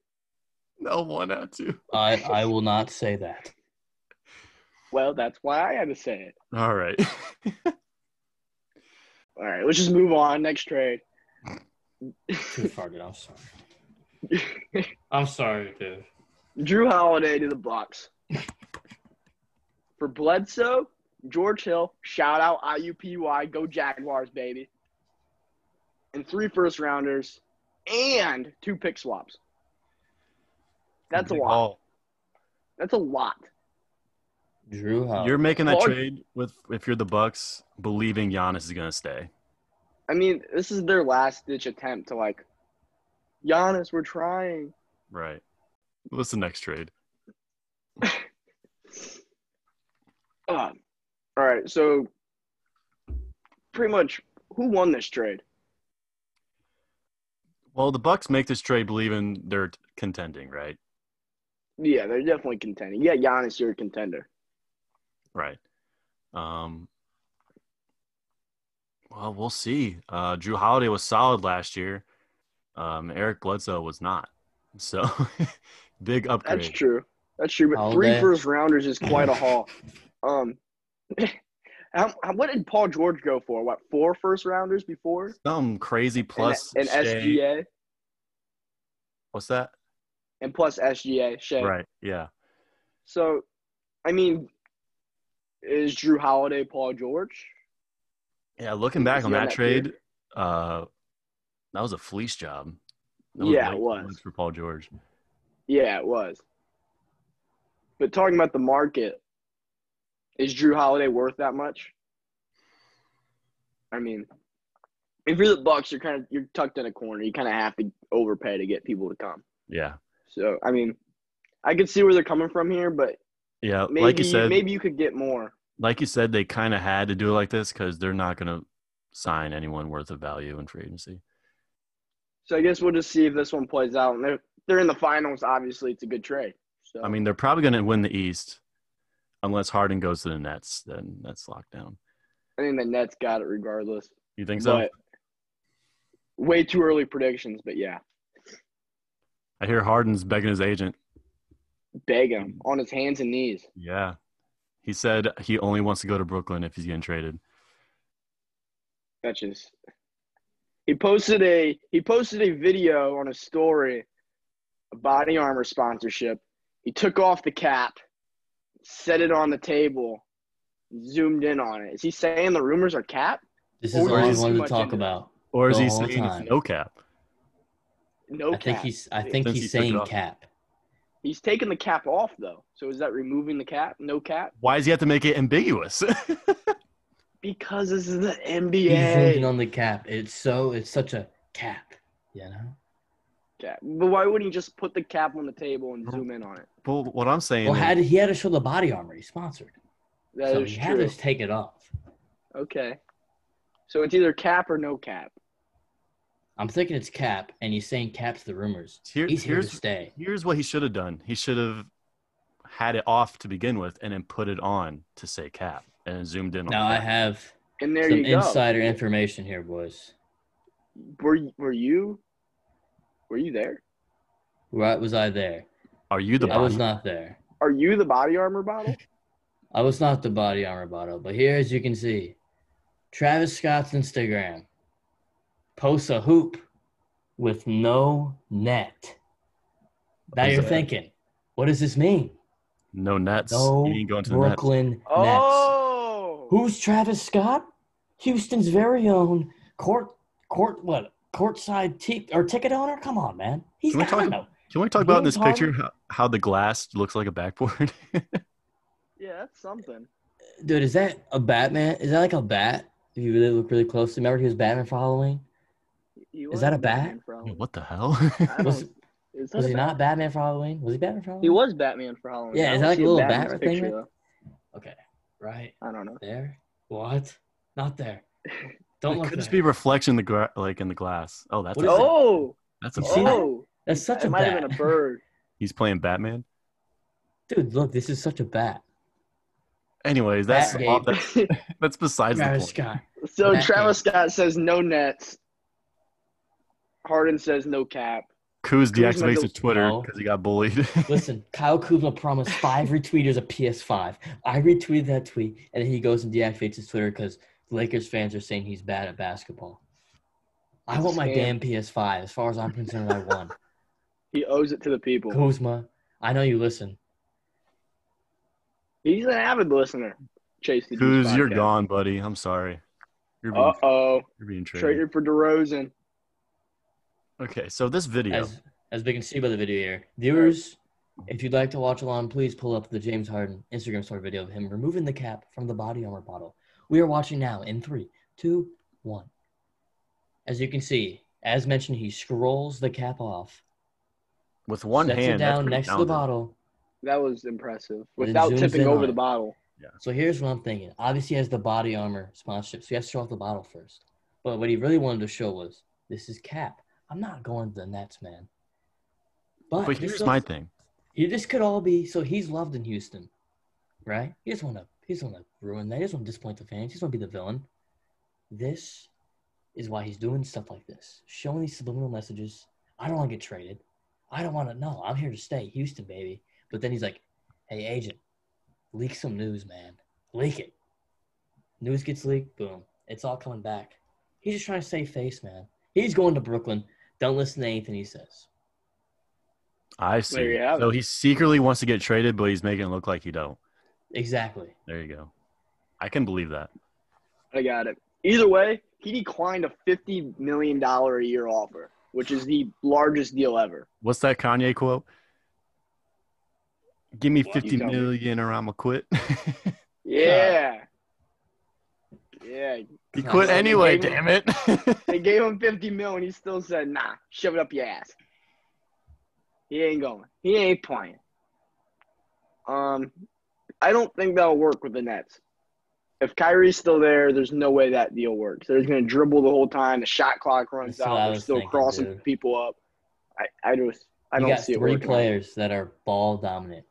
No one had to. I, I will not say that. Well, that's why I had to say it. All right. All right, let's just move on. Next trade. Too far, dude. I'm sorry. I'm sorry, dude. Drew Holiday to the Bucks for Bledsoe, George Hill. Shout out IUPUI. Go Jaguars, baby. And three first rounders and two pick swaps. That's a Big lot. haul. That's a lot. Drew Holiday. You're making that Paul- trade with if you're the Bucks, believing Giannis is gonna stay. I mean, this is their last ditch attempt to like, Giannis, we're trying. Right. What's the next trade? Uh, all right, so pretty much who won this trade? Well, the Bucks make this trade believing they're contending, right? Yeah, they're definitely contending. Yeah, Giannis, you're a contender. Right. Um, well, we'll see. Uh, Drew Holiday was solid last year. Um, Eric Bledsoe was not. So big upgrade. That's true. That's true. But All three day. first rounders is quite a haul. Um, how, how- what did Paul George go for? What four first rounders before? Some crazy plus and, and Shea- SGA What's that? and plus SGA Shea. Right. Yeah. So, I mean, is Drew Holiday Paul George? Yeah. Looking Is back he on on that, that tier? trade, uh, that was a fleece job. That Yeah, late it was. for Paul George. Yeah, it was. But talking about the market, is Drew Holiday worth that much? I mean, if you're the Bucks, you're kind of you're tucked in a corner. You kind of have to overpay to get people to come. Yeah. So I mean, I could see where they're coming from here, but Yeah. maybe like you said, maybe you could get more. like you said, they kind of had to do it like this because they're not going to sign anyone worth of value in free agency. So I guess we'll just see if this one plays out. And they're they're in the finals. Obviously, it's a good trade. So I mean, they're probably going to win the East unless Harden goes to the Nets. Then that's locked down. I think the Nets got it regardless. You think so? But way too early predictions, but yeah, I hear Harden's begging his agent. beg him on his hands and knees. Yeah. He said he only wants to go to Brooklyn if he's getting traded. That's just he posted a he posted a video on a story, a body armor sponsorship. He took off the cap, set it on the table, zoomed in on it. Is he saying the rumors are cap? This Or is all I is wanted too to talk much about. Or is The he whole saying time. it's no cap? No I think cap. he's I think Since he's he took it saying off. cap. He's taking the cap off though. So is that removing the cap? No cap? Why does he have to make it ambiguous? Because this is the He's thinking NBA. on the cap. It's so it's such a cap. You know? Cap. But why wouldn't he just put the cap on the table and zoom in on it? well, what I'm saying Well is, had he had to show the body armor he sponsored. That is so he had true. to take it off. Okay. So it's either cap or no cap. I'm thinking it's Cap, and he's saying Cap's the rumors. Here, He's here to here's stay. here's what he should have done. He should have had it off to begin with, and then put it on to say Cap, and then zoomed in. Now on I Cap. have And there some you go. insider information here, boys. Were were you were you there? Right? Was I there? Are you the I was body? not there. Are you the body armor bottle? I was not the body armor bottle, but here, as you can see, Travis Scott's Instagram posts a hoop with no net. Now Is you're that- thinking, what does this mean? no nets. No he ain't going to the nets. Brooklyn Nets. Oh, Who's Travis Scott? Houston's very own court court what courtside t- or ticket owner? Come on, man. He's Can we got talk- to know. Can we talk about in James this Harden? picture how, how the glass looks like a backboard? Hmm. Yeah, that's something. Dude, is that a Batman? Is that like a bat? If you really look really closely, remember he was Batman for Halloween. You Is are that a the bat? Batman for Halloween. what the hell? I don't- Was- is that Was a he bat? not Batman for Halloween? Was he Batman for Halloween? He was Batman for Halloween. Yeah, I is don't that like see a little Batman's bat thing picture, right- though. Okay, right I don't know. there. What? Not there. Don't it look could just there. be reflection in the gra- like in the glass. Oh, that's What a, is that? Oh, that's a You see that? oh, That's such it a might have been a bat, bird. he's playing Batman. dude. Look, this is such a bat. Anyways, that's Bat all- game. that's, that's besides the Travis point. Scott. so Bat Travis Scott says no nets. Harden says no cap. Kuz Kuzma deactivates don't his Twitter know. because he got bullied. Listen, Kyle Kuzma promised five retweeters a PS5. I retweeted that tweet, and then he goes and deactivates his Twitter because Lakers fans are saying he's bad at basketball. I It's want a my scam. damn PS5. As far as I'm concerned, I won. He owes it to the people. Kuzma, I know you listen. He's an avid listener. Chase the Kuz, you're gone, buddy. I'm sorry. You're being, Uh oh, you're being traded. traded for DeRozan. Okay, so this video. As as we can see by the video here, viewers, if you'd like to watch along, please pull up the James Harden Instagram story video of him removing the cap from the body armor bottle. We are watching now in three, two, one. As you can see, as mentioned, he scrolls the cap off, with one sets hand it that's down pretty next to the talented. bottle. That was impressive. But it Without zooms tipping in over on the it. bottle. So here's what I'm thinking. Obviously, he has the body armor sponsorship, so he has to show off the bottle first. But what he really wanted to show was this is cap. I'm not going to the Nets, man. But, But this here's looks- my thing. You, this could all be so he's loved in Houston, right? He just want to he just want to ruin that. He just want to disappoint the fans. He just want to be the villain. This is why he's doing stuff like this, showing these subliminal messages. I don't want to get traded. I don't want to. No, I'm here to stay, Houston, baby. But then he's like, "Hey, agent, leak some news, man. Leak it. News gets leaked. Boom. It's all coming back. He's just trying to save face, man. He's going to Brooklyn. Don't listen to anything he says. I see. you have so it. he secretly wants to get traded, but he's making it look like he don't. Exactly. There you go. I can believe that. I got it. Either way, he declined a fifty million dollar a year offer, which is the largest deal ever. What's that Kanye quote? Give me What? fifty You tell me. million or I'ma quit. Yeah. Yeah. he Nah, quit so he anyway, gave damn it. They gave him fifty mil and he still said, nah, shove it up your ass. He ain't going. He ain't playing. Um I don't think that'll work with the Nets. If Kyrie's still there, there's no way that deal works. They're just gonna dribble the whole time, the shot clock runs That's what I out, they're was still thinking, crossing dude. people up. I, I just I you don't got see it three working. players that are ball dominant.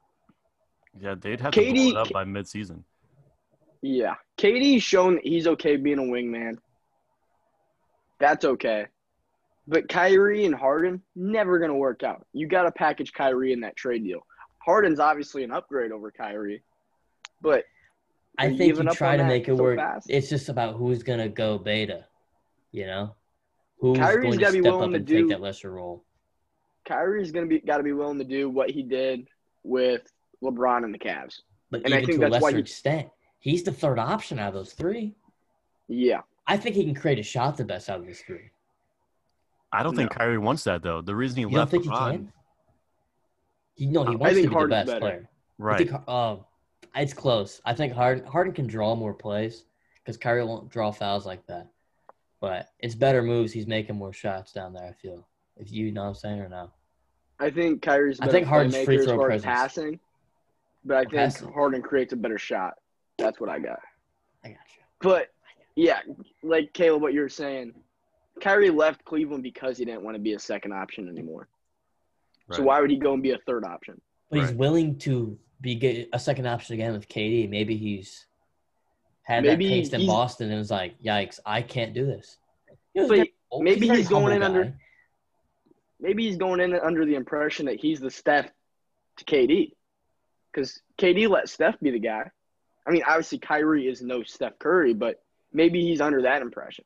yeah, they'd have to blow KD it up by mid season. Yeah. KD's shown that he's okay being a wingman. That's okay. But Kyrie and Harden, never going to work out. You got to package Kyrie in that trade deal. Harden's obviously an upgrade over Kyrie, but I Are you think giving you up try on to that make it so work. fast? It's just about who's gonna go beta, you know. Who's going to Kyrie's gotta be step willing up to and do- take that lesser role? Kyrie's going to be got to be willing to do what he did with LeBron and the Cavs. But And I even think to a that's why lesser you- extent, he's the third option out of those three. Yeah. I think he can create a shot the best out of those three. I don't think Kyrie wants that though. The reason he You don't left think he LeBron- can? He, no, he I wants think to be the Harden's best better. player. I right. think uh, it's close. I think Harden Harden can draw more plays because Kyrie won't draw fouls like that. But it's better moves. He's making more shots down there. I feel. If you know what I'm saying or no. I think Kyrie's a I better think Harden's playmaker free as throw far as presence. passing, but I think Passing. Harden creates a better shot. That's what I got. I got you. But yeah, like Caleb, what you were saying, Kyrie left Cleveland because he didn't want to be a second option anymore. So Right. why would he go and be a third option? But he's Right. willing to be get a second option again with KD. Maybe he's had Maybe that taste in he's- Boston and was like, "Yikes, I can't do this." He was But very old- maybe a very he's going humble in under- guy. Maybe he's going in under the impression that he's the Steph to KD, because KD let Steph be the guy. I mean, obviously Kyrie is no Steph Curry, but maybe he's under that impression.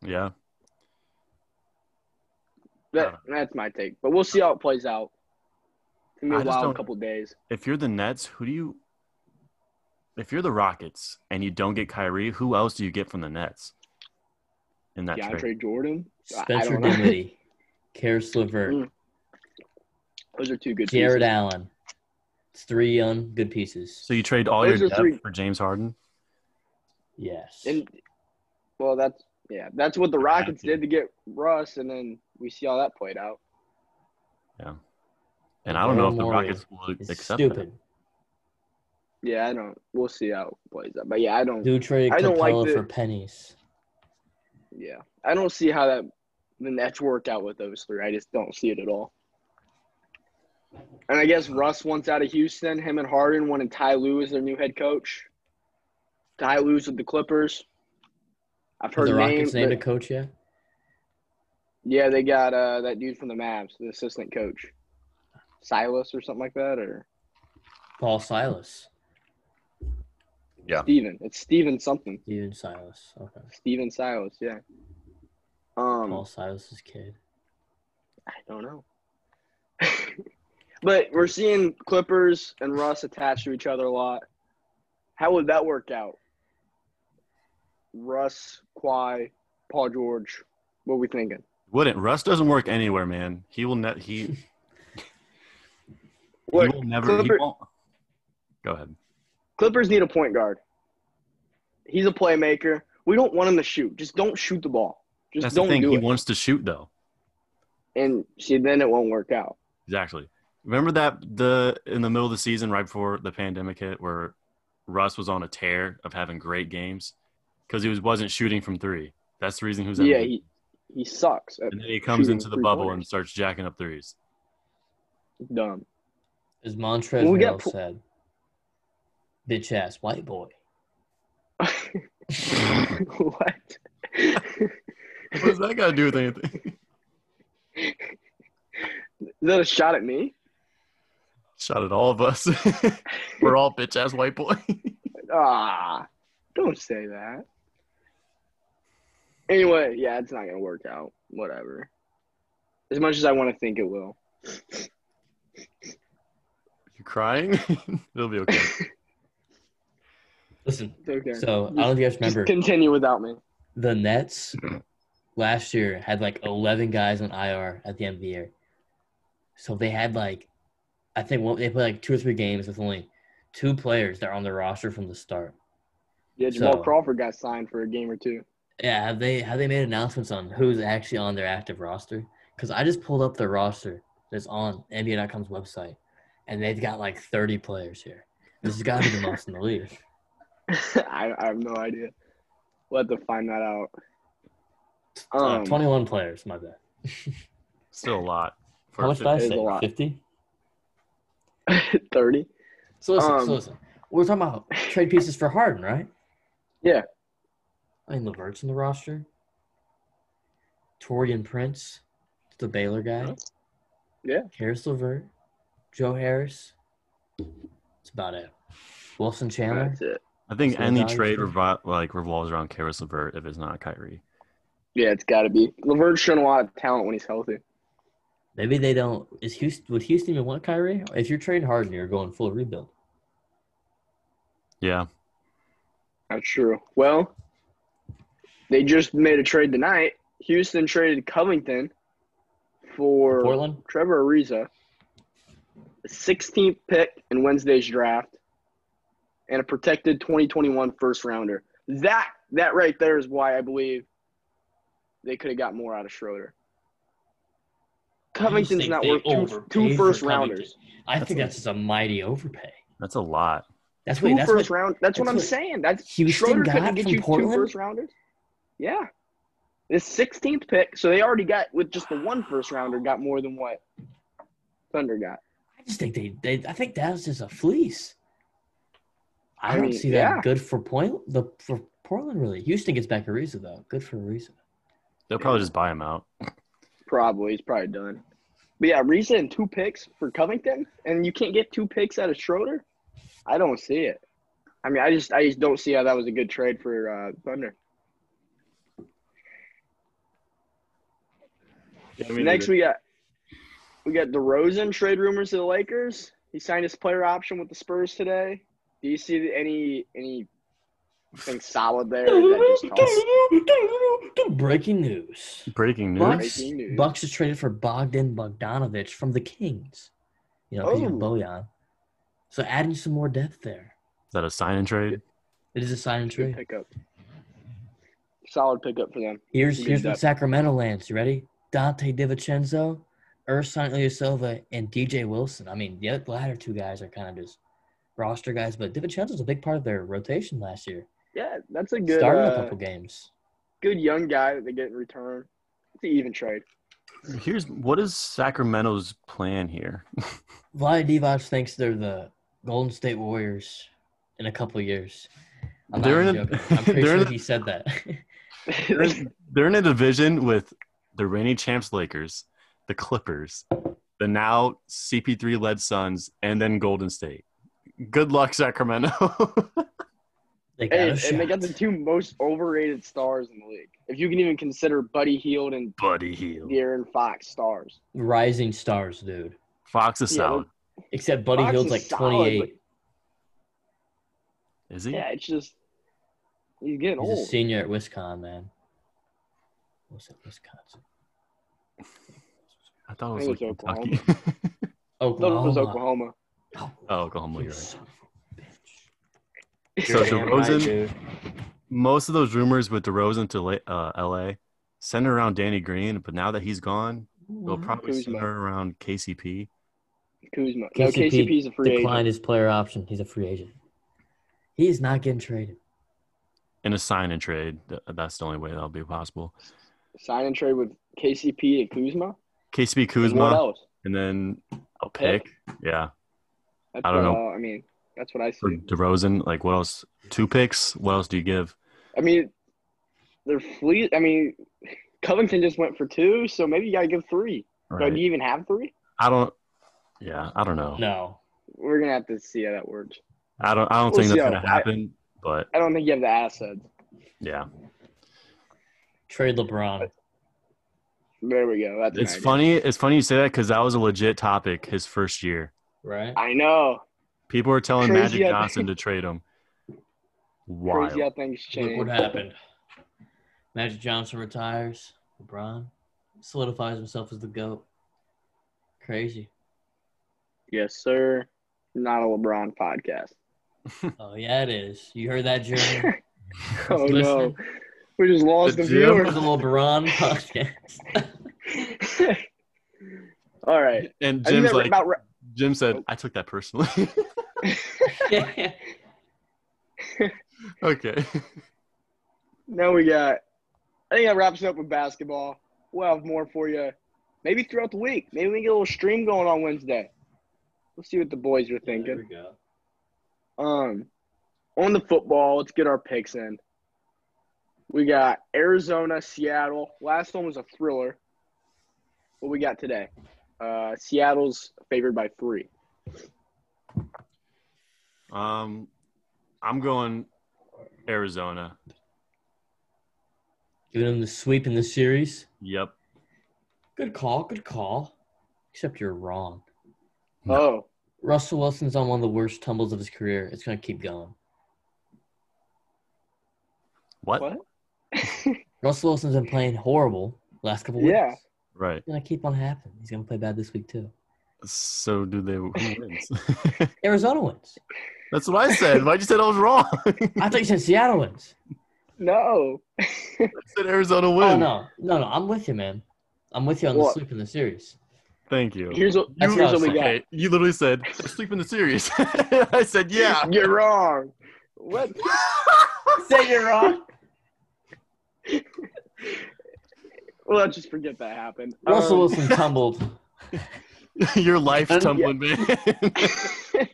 Yeah. That, that's my take. But we'll see how it plays out. It's gonna I be a just wild don't- couple days. If you're the Nets, who do you? If you're the Rockets and you don't get Kyrie, who else do you get from the Nets? In that DeAndre trade, Jordan, I- I Spencer don't know. Dinwiddie, Karis LeVert, Mm, those are two good. Jared pieces. Allen. It's three young good pieces. so you trade all Those your are depth three. for James Harden. Yes. And well, that's yeah, that's what the Rockets did to get Russ, and then we see how that played out. And I don't know if the Daryl Morey Rockets will it's accept that. stupid. Yeah, I don't. We'll see how it plays out. But yeah, I don't. Dude traded I don't like Capella the- for pennies. Yeah, I don't see how that the Nets work out with those three. I just don't see it at all. And I guess Russ wants out of Houston. Him and Harden wanted Ty Lue as their new head coach. Ty Lue's with the Clippers. I've Have heard the names. Rockets named a coach yet? Yeah, they got uh, that dude from the Mavs, the assistant coach, Silas or something like that, or Paul Silas. Steven. It's Steven something. Steven Silas. Okay. Steven Silas, yeah. Paul Um, Silas's kid. I don't know. but we're seeing Clippers and Russ attached to each other a lot. How would that work out? Russ, Kawhi, Paul George. What are we thinking? Wouldn't Russ doesn't work anywhere, man. He will net. He, he Look, will never. He Clipper- won't. Go ahead. Clippers need a point guard. He's a playmaker. We don't want him to shoot. Just don't shoot the ball. Just That's the don't thing. do He it. wants to shoot though. and see, then it won't work out. Exactly. Remember that the in the middle of the season, right before the pandemic hit, where Russ was on a tear of having great games because he was wasn't shooting from three. That's the reason he was. Yeah, MVP. he, he sucks. at and then he comes shooting into the three bubble pointers. and starts jacking up threes. Dumb. As Montrez Well, we got Harrell Paul- said, bitch ass white boy. what? What does that got to do with anything? Is that a shot at me? Shot at all of us. We're all bitch ass white boy. Ah, don't say that. Anyway, yeah, it's not gonna work out. Whatever. As much as I want to think it will. you crying? It'll be okay. Listen, It's okay. so I don't know if you guys Just remember continue without me. the Nets last year had like 11 guys on IR at the end of the year. So they had like, I think one, they played like two or three games with only two players that are on the roster from the start. Yeah, Jamal So- Crawford got signed for a game or two. Yeah, have they have they made announcements on who's actually on their active roster? Because I just pulled up the roster that's on NBA.com's website, and they've got like 30 players here. This has got to be the most in the league. I, I have no idea. We'll have to find that out. Uh, Um, 21 players, my bad. Still a lot. How much did For- I It is a say? lot. 50? 30. So listen, Um, so listen. We're talking about trade pieces for Harden, right? Yeah. I mean, LeVert's in the roster. Torian Prince, the Baylor guy. Yeah. Harris LeVert, Joe Harris. That's about it. Wilson Chandler. That's it. I think So any Donovan- trade revi- like revolves around Karis LeVert if it's not Kyrie. Yeah, it's got to be. LeVert's shown a lot of talent when he's healthy. Maybe they don't. Is Houston? Would Houston even want Kyrie? If you're trading Harden, you're going full rebuild. Yeah, That's true. Well, they just made a trade tonight. Houston traded Covington for Portland. Trevor Ariza, the 16th pick in Wednesday's draft, and a protected 2021 first rounder. That that right there is why I believe they could have got more out of Schroeder. Covington's think not they worth two, overpaid for two first Covington? rounders. I That's think a- that's just a mighty overpay. that's a lot. That's Two what. first That's what. round. That's what that's I'm what saying. That's Houston Schroeder couldn't got get from you two Portland? first rounders. Yeah, The 16th pick, so they already got with just the one first rounder got more than what Thunder got. I just think they, they I think that was just a fleece. I, I don't mean, see that yeah. good for point the for Portland really. Houston gets back Ariza though. Good for Ariza. They'll probably just buy him out. Probably he's probably done. But yeah, Risa and two picks for Covington, and you can't get two picks out of Schroeder. I don't see it. I mean, I just I just don't see how that was a good trade for uh, Thunder. Next we got we got DeRozan trade rumors to the Lakers. He signed his player option with the Spurs today. Do you see any anything solid there? Is that just Breaking news. breaking news. What? breaking news? Bucks is traded for Bogdan Bogdanovich from the Kings. You know, picking up Oh. Bojan. So adding some more depth there. Is that a sign and trade? It is a sign and Good trade. pickup. Solid pickup for them. Here's Good here's what depth. Sacramento lands. You ready? Dante DiVincenzo, Ursan Ilyasova, and DJ Wilson. I mean, the other- latter two guys are kind of just roster guys, but DiVincenzo's a big part of their rotation last year. Yeah, that's a good starting uh, a couple games. good young guy that they get in return. It's an even trade. Here's what is Sacramento's plan here? Vlade Divac thinks they're the Golden State Warriors in a couple years. I'm They're not even in a- joking. I'm pretty they're sure in a- he said that. They're in, they're in a division with the reigning champs Lakers, the Clippers, the now CP3 led Suns, and then Golden State. Good luck, Sacramento. they got a and, and they got shot. the two most overrated stars in the league. If you can even consider Buddy Heald and Buddy Heal. De'Aaron Fox stars. rising stars, dude. Fox is Yeah, solid. Except Buddy Fox Hield's is like solid, 28. Is he? Yeah, it's just he's getting He's a old. senior at Wisconsin, man. What's it, Wisconsin? I thought I it was think like it's Oklahoma. Kentucky. No, Oklahoma. it was Oklahoma. Oh, oh, Oklahoma, you you're right. son of a bitch. So You're damn DeRozan- dude. Most of those rumors with DeRozan to La- uh, LA centered around Danny Green, but now that he's gone, they'll probably Kuzma. center around KCP. Kuzma. No, KCP KCP's a free declined agent. his player option. He's a free agent. He is not getting traded. in a sign and trade. th- That's the only way that'll be possible. Sign and trade with KCP and Kuzma. KCP And what Kuzma, else? and then a pick. Yeah, That's I don't what, know. uh, I mean, that's what I for see. DeRozan. Like, what else? Two picks. What else do you give? I mean, they're fleet. I mean, Covington just went for two, so maybe you gotta give three. So do Right. you even have three? I don't. Yeah, I don't know. No. We're gonna have to see how that works. I don't. I don't We'll think see that's how- gonna happen. but I don't think you have the assets. yeah, Trade LeBron. There we go. That's an it's idea. funny. It's funny you say that because that was a legit topic his first year. Right? I know. People were telling Crazy Magic how- Johnson to trade him. Wild. Crazy how things Look what change. happened. Magic Johnson retires. LeBron solidifies himself as the GOAT. Crazy. Yes, sir. Not a LeBron podcast. Oh, yeah, it is. You heard that, Jeremy? oh no, Listen. we just lost The the, gym. It was a LeBron podcast. viewers. All right. And I think Jim's that like, about wra- Jim said, I took that personally. okay. now we got. I think that wraps it up with basketball. We'll have more for you, maybe throughout the week. Maybe we can get a little stream going on Wednesday. We'll see what the boys are There we thinking. go. Um, on the football, let's get our picks in. We got Arizona, Seattle. Last one was a thriller. What we got today? Uh, Seattle's favored by three. Um, I'm going Arizona. Giving him the sweep in the series. Yep. Good call. Good call. Except you're wrong. No. Oh, Russell Wilson's on one of the worst tumbles of his career. It's going to keep going. What? What? Russell Wilson's been playing horrible last couple weeks. Yeah. It's Right. going to keep on happening. He's going to play bad this week, too. So do they? Who wins? Arizona wins. That's what I said. Why'd you say I was wrong? I I thought you said Seattle wins. no. said Arizona wins. Oh, no. No, no. I'm with you, man. I'm with you on the What? sweep in the series. Thank you. Here's what, That's here's what I what was we got. okay. You literally said sleep in the series. I said yeah. You're wrong. What? Say you're wrong. Well, let's just forget that happened. Russell Um, Wilson tumbled. Your life Yeah. tumbling, man.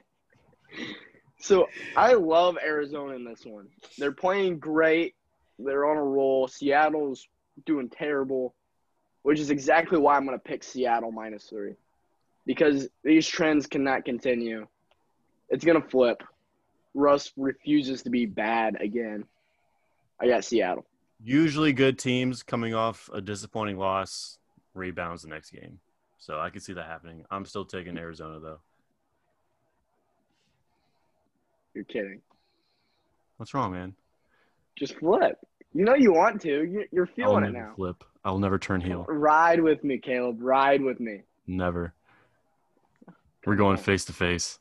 so I love Arizona in this one. They're playing great. They're on a roll. Seattle's doing terrible, which is exactly why I'm going to pick Seattle minus three because these trends cannot continue. It's going to flip. Russ refuses to be bad again. I got Seattle. Usually, good teams coming off a disappointing loss rebounds the next game. So I could see that happening. I'm still taking Arizona though. You're kidding. What's wrong, man? Just flip. You know you want to. You- You're I will feeling it never now. flip. I will never turn heel. Ride with me, Caleb. Ride with me. Never. We're going face to face.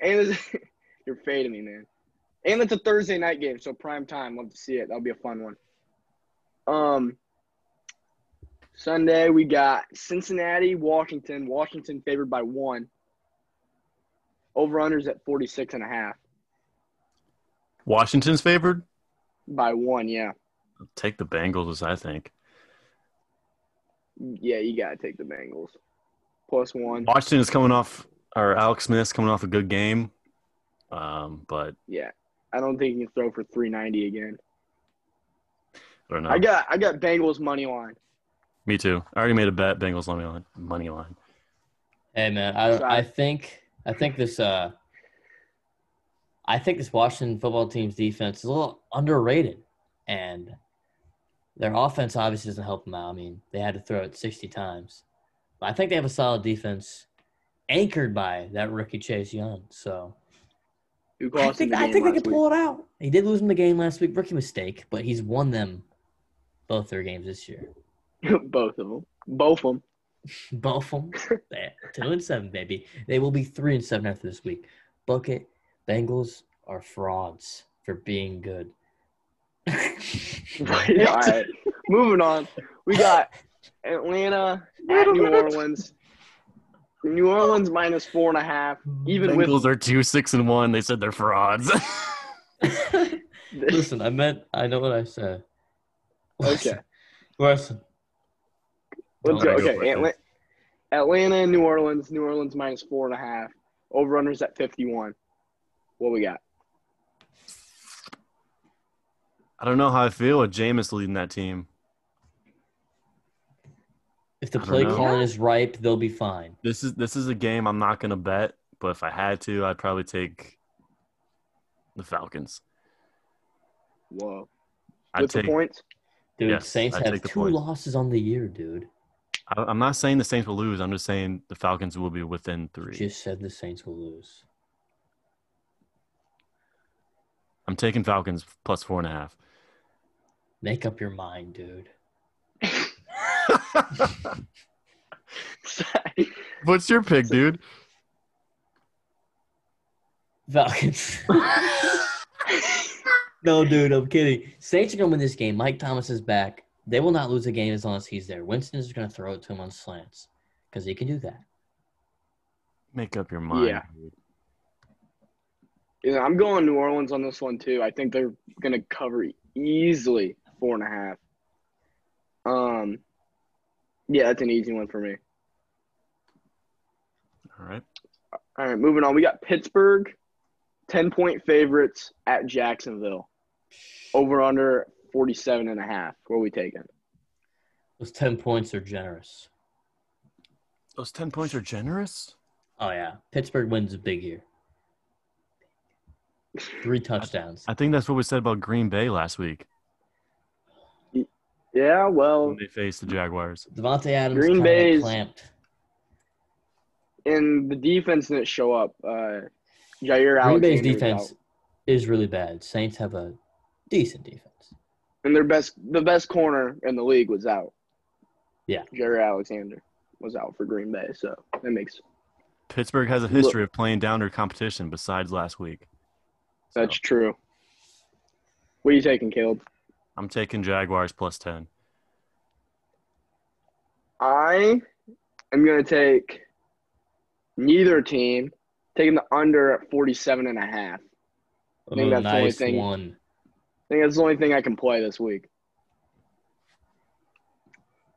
And it's- you're fading me, man. And it's a Thursday night game, so prime time. Love to see it. That'll be a fun one. Um, Sunday we got Cincinnati, Washington. Washington favored by one. Over unders at 46 and a half. Washington's favored. By one, yeah. Take the Bengals, I think. Yeah, you got to take the Bengals. Plus one. Washington is coming off, or Alex Smith's coming off a good game, um, but Yeah. I don't think you can throw for 390 again. I don't know. I got I got Bengals money line. Me too. I already made a bet. Bengals money line. Money line. Hey man, I I Sorry. think I think this uh I think this Washington football team's defense is a little underrated and their offense obviously doesn't help them out. I mean, they had to throw it 60 times. But I think they have a solid defense anchored by that rookie Chase Young. So Who I cost think, them the I game think they last could pull it out. He did lose him the game last week, rookie mistake, but he's won them both their games this year. week? Both of them. Both of them. Both of them. They're two and seven, baby. They will be three and seven after this week. Bucket Bengals are frauds for being good. All right. Moving on. We got Atlanta at New Orleans. New Orleans minus four and a half. Even Bengals are two six and one. They said they're frauds. with Listen, I meant I know what I said. Okay. Listen. let's go go. for Okay, it. Atla- Atlanta and New Orleans. New Orleans minus four and a half. Overrunners at fifty-one. What we got? I don't know how I feel with Jameis leading that team. If the I don't play know. calling is ripe, they'll be fine. This is this is a game I'm not gonna bet, but if I had to, I'd probably take the Falcons. Whoa. I'd With the take. points. Dude, Yes, Saints I have take the two point. losses on the year, dude. I, I'm not saying the Saints will lose. I'm just saying the Falcons will be within three. Just said the Saints will lose. I'm taking Falcons plus four and a half. Make up your mind, dude. What's your pick, dude? Falcons. no, dude, I'm kidding. Saints are going to win this game. Mike Thomas is back. They will not lose a game as long as he's there. Winston is going to throw it to him on slants because he can do that. Make up your mind. Yeah. dude. Yeah, I'm going New Orleans on this one too. I think they're gonna cover easily four and a half. Um, yeah, that's an easy one for me. All right. All right, moving on. We got Pittsburgh, ten point favorites at Jacksonville. Over under 47 and a half. What are we taking? Those 10 points are generous. Those ten points are generous. Oh, yeah. Pittsburgh wins a big year. Three touchdowns. I think that's what we said about Green Bay last week Yeah, well, when they faced the Jaguars. Devontae Adams Green kinda Bay's- clamped. and the defense didn't show up. Uh, Jair Green Bay's Alexander's defense out. is really bad. Saints have a decent defense. and their best, the best corner in the league was out. Yeah. Jair Alexander was out for Green Bay, so that makes Pittsburgh has a history of playing down their competition besides last week. So, that's true. What are you taking, Caleb? I'm taking Jaguars plus 10. I am going to take neither team, taking the under at 47 and a half. Oh, think that's the only nice thing- one. I think that's the only thing I can play this week.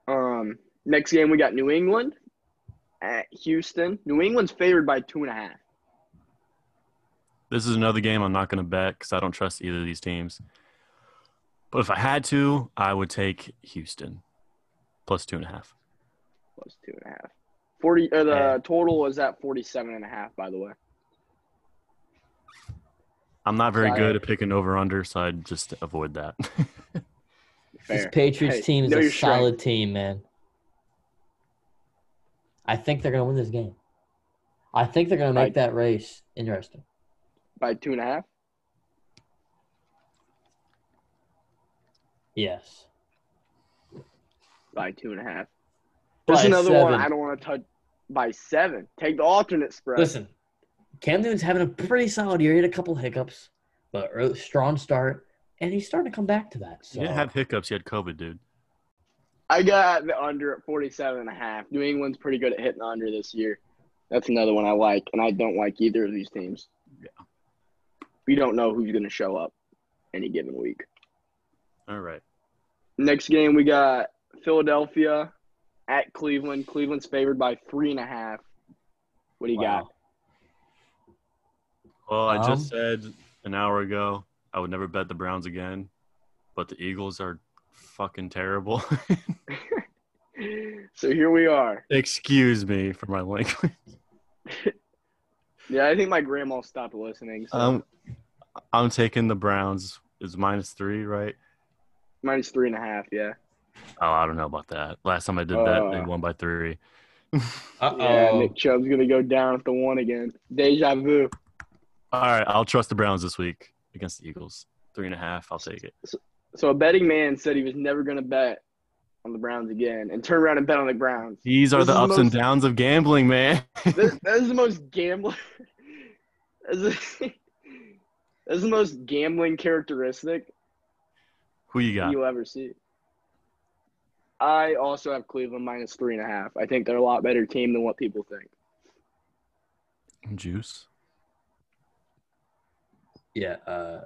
Um, Next game, we got New England at Houston. New England's favored by two and a half. This is another game I'm not going to bet because I don't trust either of these teams. But if I had to, I would take Houston plus two and a half. Plus two and a half. 40, or the Yeah. total is at 47 and a half, by the way. I'm not very Right. good at picking over under, so I'd just avoid that. This Fair. Patriots Hey, team is know a your strength. solid team, man. I think they're gonna win this game. I think they're gonna make Right. that race interesting. By two and a half? Yes. By two and a half. There's By another one seven. I don't want to touch. By seven. Take the alternate spread. Listen, Cam Newton's having a pretty solid year. He had a couple hiccups, but a strong start, and he's starting to come back to that. He So didn't have hiccups. He had COVID, dude. I got the under at 47 and a half. New England's pretty good at hitting the under this year. That's another one I like, and I don't like either of these teams. Yeah. We don't know who's going to show up any given week. All right. Next game, we got Philadelphia at Cleveland. Cleveland's favored by three and a half. What do you wow. got? Well, I Um, just said an hour ago I would never bet the Browns again, but the Eagles are fucking terrible. So here we are. Excuse me for my language. Yeah, I think my grandma stopped listening. So Um, I'm taking the Browns. Is minus three, right? minus three and a half. Yeah. Oh, I don't know about that. Last time I did that, they Uh. won by three. Yeah, Uh-oh. Nick Chubb's going to go down with the one again. Deja vu. All right, I'll trust the Browns this week against the Eagles. Three and a half, I'll take it. So a betting man said he was never going to bet on the Browns again, and turn around and bet on the Browns. These are This the is the ups and most- downs of gambling, man. this, that is the most gambler. That's the, that is the most gambling characteristic Who you got? you'll ever see. I also have Cleveland minus three and a half. I think they're a lot better team than what people think. Juice. Yeah, uh,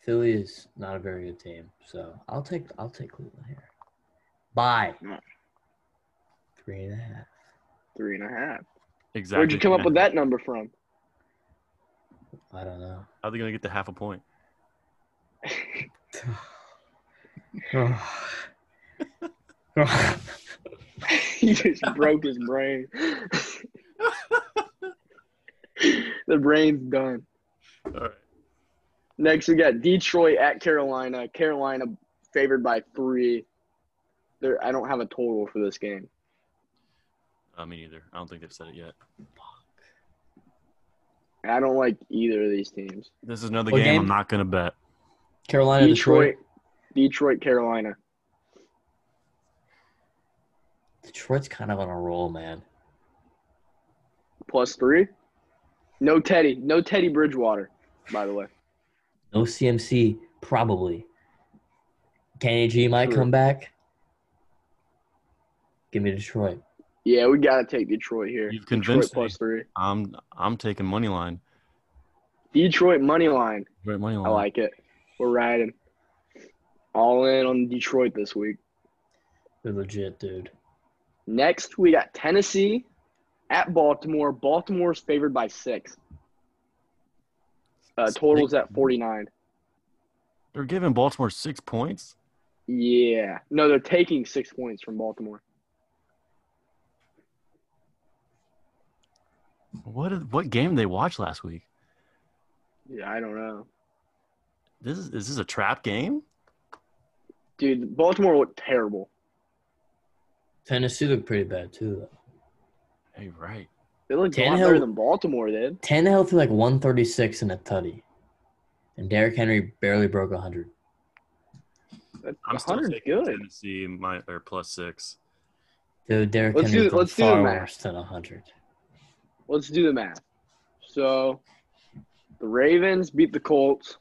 Philly is not a very good team, so I'll take I'll take Cleveland here. Bye. Yeah. Three and a half. Three and a half. Exactly. Where'd you come up with that number from? I don't know. How are they gonna get the half a point? he just broke his brain. the brain's done. All right. Next, we got Detroit at Carolina. Carolina favored by three. There, I don't have a total for this game. Uh, me neither. I don't think they've said it yet. And I don't like either of these teams. This is another What game, game? I'm not gonna bet. Carolina, Detroit. Detroit, Detroit, Carolina. Detroit's kind of on a roll, man. Plus three. No Teddy. No Teddy Bridgewater, by the way. No CMC, probably. Kenny G might True. come back. Give me Detroit. Yeah, we gotta take Detroit here. You've Detroit convinced plus three. me. I'm I'm taking money line. Detroit money line. Right money line. I like it. We're riding. All in on Detroit this week. They're legit, dude. Next, we got Tennessee at Baltimore. Baltimore's favored by six. Uh, totals at 49. They're giving Baltimore six points. Yeah. No, they're taking six points from Baltimore. What is- what game did they watch last week? Yeah, I don't know. This is is this a trap game? Dude, Baltimore looked terrible. Tennessee looked pretty bad too. Though. Hey, right. They looked a lot Tannehill- better than Baltimore did. Tannehill threw like 136 in a tutty, and Derrick Henry barely broke 100. That's I'm still 100 's taking good. Tennessee my or plus six. Dude, Derrick Let's Henry do- did let's do the far math. worse than 100. Let's do the math. So, the Ravens beat the Colts.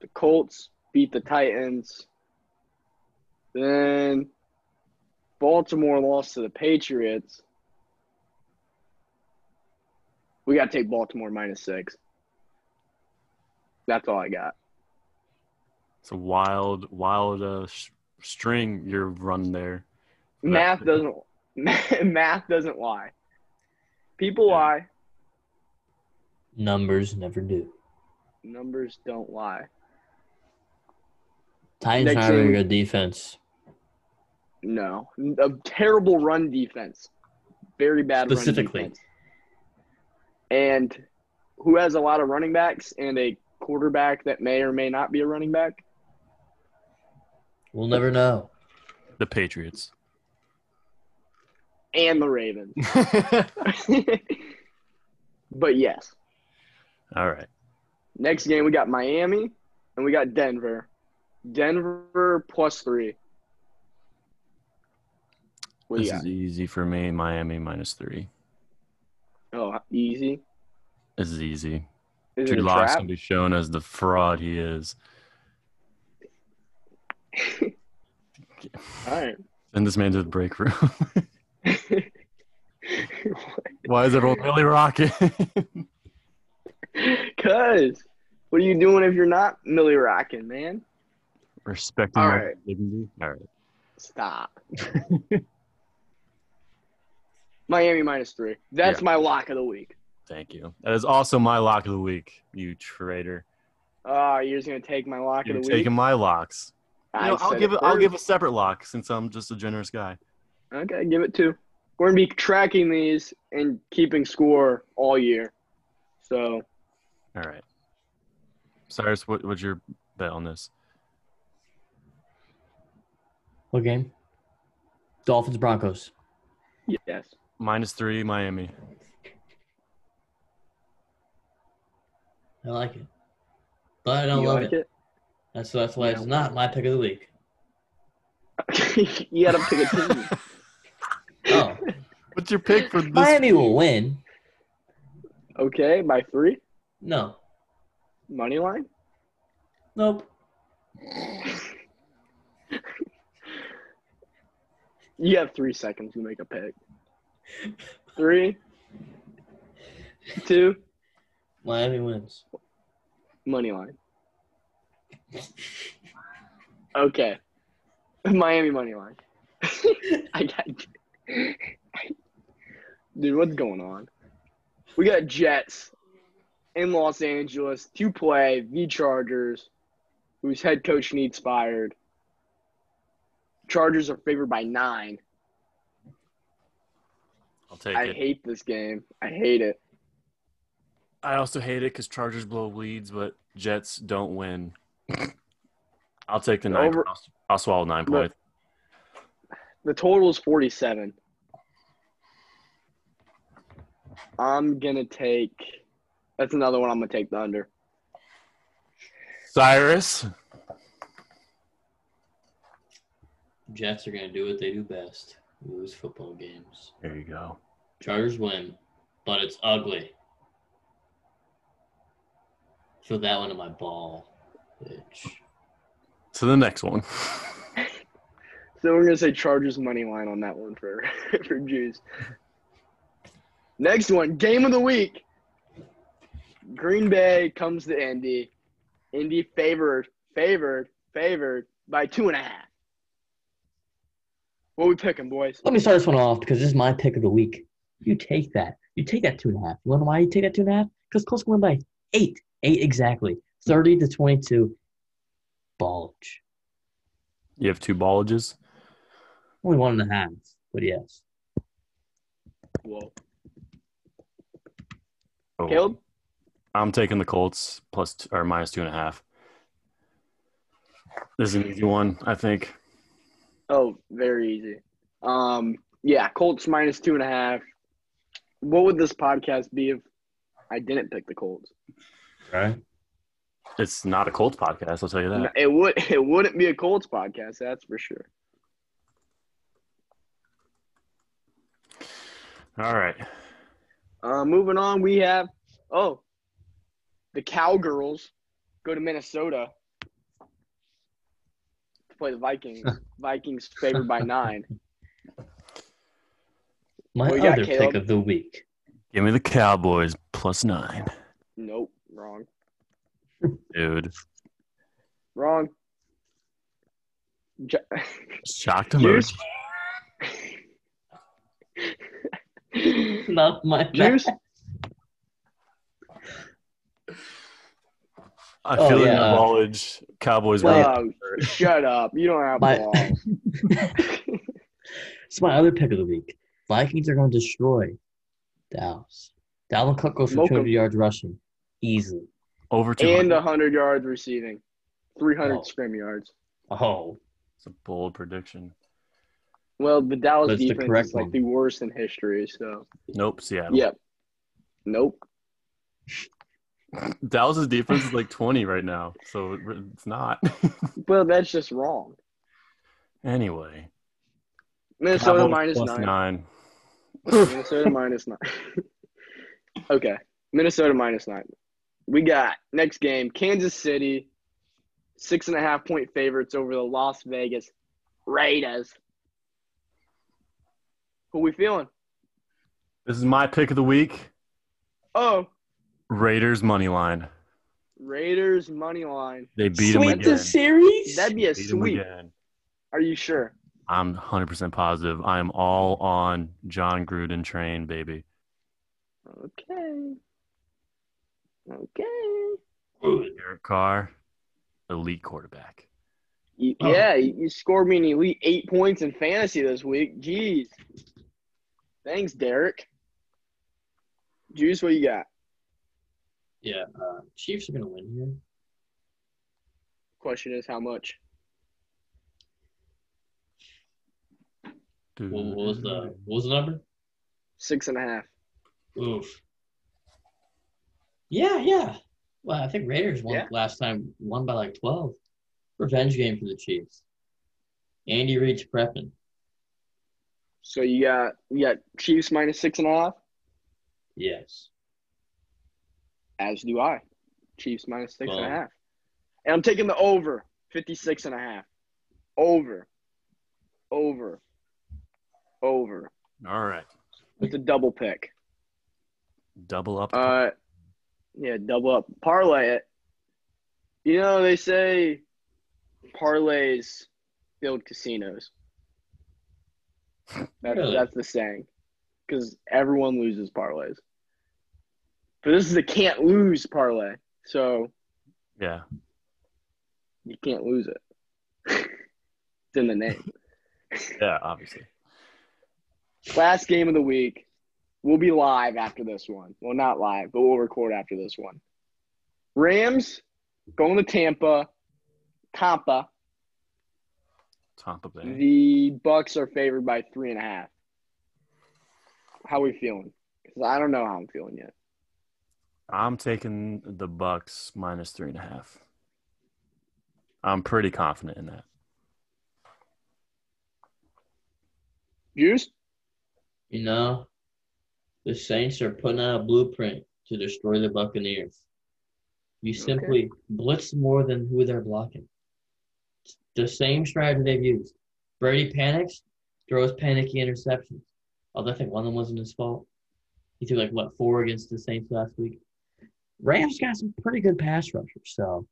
The Colts beat the Titans. Then Baltimore lost to the Patriots. We got to take Baltimore minus six. That's all I got. It's a wild, wild uh, sh- string your run there. Math doesn't math doesn't lie. People Yeah. lie. Numbers never do. Numbers don't lie. Titans Next not really year- good defense. No, a terrible run defense. Very bad. Specifically. Run defense. And who has a lot of running backs and a quarterback that may or may not be a running back? We'll never know. The Patriots. And the Ravens. All but yes, right. next game we got Miami and we got Denver. Denver plus three. What do This you got? is easy for me. Miami minus three. Oh, easy. This is easy. Is it Drew a Locke's trap? gonna be shown as the fraud he is. All right. Send this man to the break room. Why is everyone really rocking? Cause what are you doing if you're not Millie Rockin', man? Respecting All my right. dignity. All right. Stop. Miami minus three. That's Yeah. my lock of the week. Thank you. That is also my lock of the week, you traitor. Oh, you're just gonna take my lock You're of the week. taking my locks. You I know, I'll said give it. I'll first. give a separate lock since I'm just a generous guy. Okay, give it two. We're gonna be tracking these and keeping score all year. So All right. Cyrus, what, what's your bet on this? What game? Dolphins Broncos. yes, Minus three, Miami. I like it, but I don't you love like it. it. That's that's why You it's don't not my pick of the week. you gotta pick a team. Oh, What's your pick for this? Miami will win. okay, by three No, money line. nope. You have three seconds to make a pick. Three, two, Miami wins. money line. Okay, Miami money line. I got. Dude, what's going on? We got Jets in Los Angeles to play the Chargers, whose head coach needs fired. Chargers are favored by nine. I'll take I it. hate this game. I hate it. I also hate it because Chargers blow leads, but Jets don't win. I'll take the nine. Over- I'll, I'll swallow nine No. points. The total is 47. I'm going to take – that's another one I'm going to take the under. Cyrus, Jets are gonna do what they do best: lose football games. there you go. Chargers win, but it's ugly. Throw that one in my ball, bitch. To the next one. So we're going to say Chargers money line on that one for, for Jews. Next one, game of the week. Green Bay comes to Indy. Indy favored, favored, favored by two and a half. What we picking, boys? Let me start this one off because this is my pick of the week. You take that. You take that two and a half. You want to know why you take that two and a half? Because Colts win by eight. Eight exactly. 30 to 22. Ballage. You have two ballages. Only one and a half, but yes. Whoa. Oh, Caleb? I'm taking the Colts plus t- or minus two and a half. This is an easy one, I think. Oh, very easy. Um, yeah, Colts minus two and a half. What would this podcast be if I didn't pick the Colts? Right? It's not a Colts podcast, I'll tell you that. It would it wouldn't be a Colts podcast, that's for sure. All right. Uh, moving on, we have oh, the Cowgirls go to Minnesota to play the Vikings. Vikings favored by nine. My What you got, other Caleb? pick of the week. Give me the Cowboys plus nine. Nope, wrong, Dude. wrong. Ju- Shocked Juice. emoji. Not my Juice. I Oh, feel yeah. the knowledge. Cowboys. Well, win. Oh, shut up. You don't have My- balls. It's my other pick of the week. Vikings are going to destroy Dallas. Dalvin Cook goes for Smoke 'em. 200 yards rushing easily. Over two and 100 hundred. yards receiving, 300 Oh. scrim yards. Oh, It's a bold prediction. Well, the Dallas That's the defense correct is like one. the worst in history. So, Nope, Seattle. yep. Nope. Dallas's defense is like 20 right now, so it- it's not. Well, that's just wrong. anyway, Minnesota Cowboys minus plus nine. nine. Minnesota minus nine. okay. Minnesota minus nine. We got next game Kansas City, six and a half point favorites over the Las Vegas Raiders. Who we feeling? This is my pick of the week. Oh, Raiders money line. Raiders money line. They beat them sweep again. the series. That'd be a Beat 'em sweep. again. Are you sure? I'm 100% positive. I'm all on John Gruden train, baby. Okay. Okay. Eric Carr, elite quarterback. You- Oh. Yeah, you you scored me an elite eight points in fantasy this week. Jeez. Thanks, Derek. Juice, what you got? yeah, uh, Chiefs are going to win here. Question is how much? Dude. What, what was the what was the number? Six and a half. Oof. Yeah, yeah. Well, I think Raiders won Yeah. last time, won by like twelve. Revenge game for the Chiefs. Andy Reid's prepping. So you got you got Chiefs minus six and a half? Yes. As do I. Chiefs minus six and a half. Wow. And I'm taking the over. 56 and a half. Over. Over. Over. All right. It's a double pick. Double up. Uh, yeah, double up, parlay it. You know they say parlays build casinos. That's Really? that's the saying, because everyone loses parlays. But this is a can't lose parlay, so yeah. you can't lose it. it's in the name. Yeah, obviously. Last game of the week. We'll be live after this one. Well, not live, but we'll record after this one. Rams going to Tampa. Tampa. Tampa Bay. The Bucks are favored by three and a half. How we feeling? 'Cause I don't know how I'm feeling yet. I'm taking the Bucks minus three and a half. I'm pretty confident in that. Juice? You know, the Saints are putting out a blueprint to destroy the Buccaneers. You Okay. simply blitz more than who they're blocking. It's the same strategy they've used. Brady panics, throws panicky interceptions. Although I think one of them wasn't his fault. He threw like what four against the Saints last week. Rams got some pretty good pass rushers, so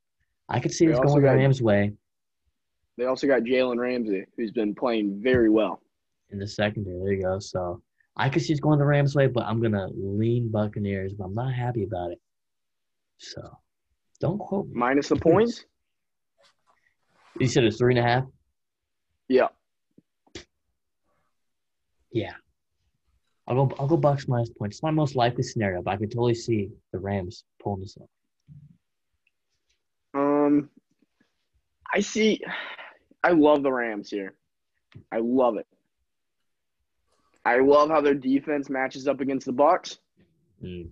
I could see They this also going got- Rams' way They also got Jalen Ramsey, who's been playing very well. in the secondary. There you go. So I could see it's going the Rams' way, but I'm gonna lean Buccaneers, but I'm not happy about it. So don't quote me. Minus the points? You said it's three and a half? Yeah. Yeah. I'll go I'll go Bucks minus points. It's my most likely scenario, but I could totally see the Rams pulling this off. Um, I see. I love the Rams here. I love it. I love how their defense matches up against the Bucks. Mm.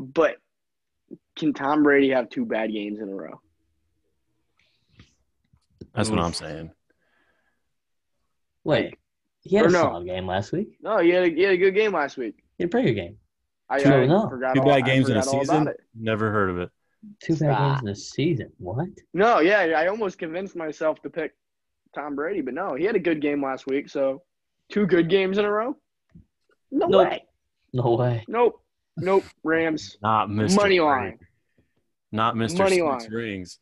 But can Tom Brady have two bad games in a row? That's what Oof. I'm saying. Wait. He had Or a no. solid game last week. No, he had a, he had a good game last week. He had a pretty good game. I, Two I oh, no. forgot Two all- bad I games in a forgot all about season? it. Never heard of it. Two bad Stop. games in the season. What? No, yeah, I almost convinced myself to pick Tom Brady, but no, he had a good game last week. So, two good games in a row? No Nope. way. No way. Nope. Nope. Rams. Not Mr. Money Brady. line. Not Mr. Money Six line. Rings.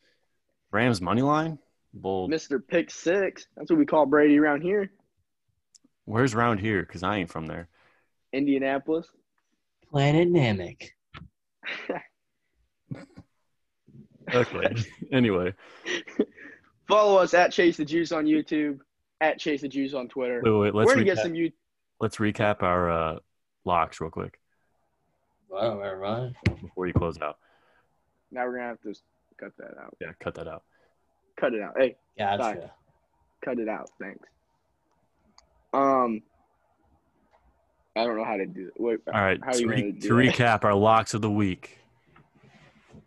Rams money line? Bold. Mr. Pick Six. That's what we call Brady around here. Where's round here? Because I ain't from there. Indianapolis. Planet Namek. Okay. anyway, Follow us at Chase the Juice on YouTube, at Chase the Juice on Twitter. wait, wait, let's We're gonna recap, get some you. let's recap our uh, locks real quick Wow, wow, wow. before you close out. Now we're gonna have to cut that out. Yeah, cut that out. Cut it out. Hey, Gotcha. cut it out. Thanks. Um, I don't know how to do it. Wait, All right. How to you re- gonna do to that? recap our locks of the week,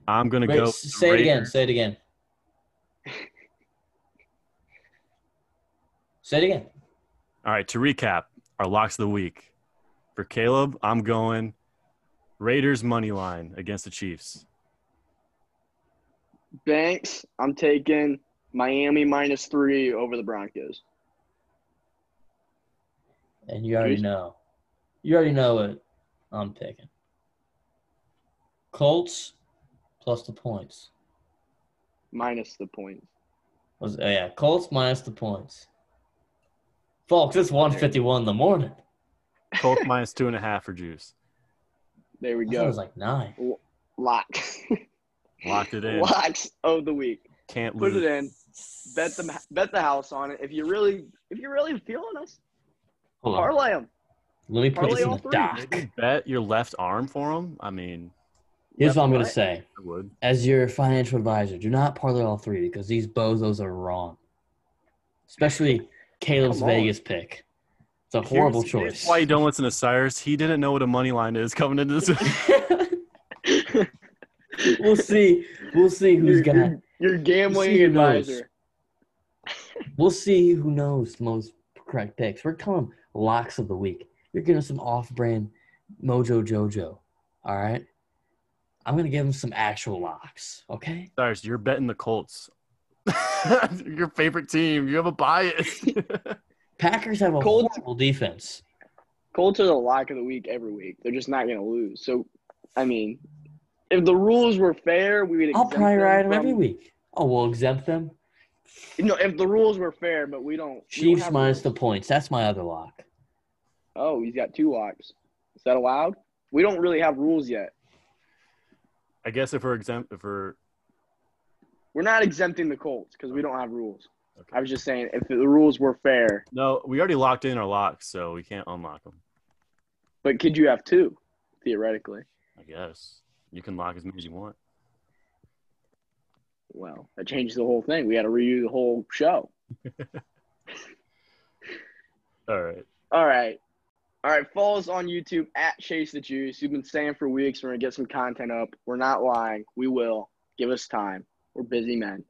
I'm gonna Wait, go. s- with the say it again. Raiders. Say it again. say it again. All right, to recap our locks of the week. For Caleb, I'm going Raiders money line against the Chiefs. Banks, I'm taking Miami minus three over the Broncos. And you already Juice? know. You already know what I'm picking. Colts plus the points. Minus the points. Was oh yeah, Colts minus the points. Folks, it's 151 in the morning. Colts minus two and a half for Juice. There we I thought it was go. like nine. Locks. Locked it in. Locks of the week. Can't Put lose. it in. Bet the bet the house on it. If you really if you're really feeling us, Hold on. parlay them. Let me put Parlay this in all the three, doc. Bet your left arm for him. I mean, Here's what I'm gonna Right. say. I would. As your financial advisor, do not parlay all three because these bozos are wrong. Especially Caleb's Come on. Vegas pick. It's a horrible Here's- here's choice. Why you don't listen to Cyrus? He didn't know what a money line is coming into this. we'll see. We'll see who's Your, got. your, your gambling who knows. advisor. We'll see who knows the most correct picks. We're calling locks of the week. You're giving us some off-brand Mojo Jojo. All right. I'm gonna give him some actual locks. Okay. Cyrus, you're betting the Colts. your favorite team. You have a bias. Packers have a Colts- horrible defense. Colts are the lock of the week every week. They're just not going to lose. So, I mean, if the rules were fair, we would. I'll exempt probably them ride them from- every week. Oh, we'll exempt them. No, if the rules were fair, but we don't. we don't Chiefs have minus the rules. points. That's my other lock. Oh, he's got two locks. Is that allowed? We don't really have rules yet. I guess if we're exempt, if we're We're not exempting the Colts because we don't have rules. okay. I was just saying, if the rules were fair, no, we already locked in our locks, so we can't unlock them. but could you have two, theoretically? I guess you can lock as many as you want. Well, that changes the whole thing. We got to redo the whole show. All right. All right. All right. Follow us on YouTube at Chase the Juice. You've been saying for weeks we're going to get some content up. We're not lying. We will. Give us time. We're busy men.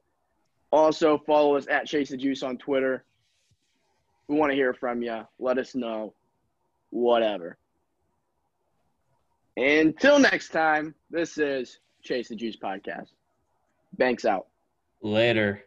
Also, follow us at Chase the Juice on Twitter. We want to hear from you. Let us know. Whatever. Until next time, this is Chase the Juice Podcast. Banks out. Later.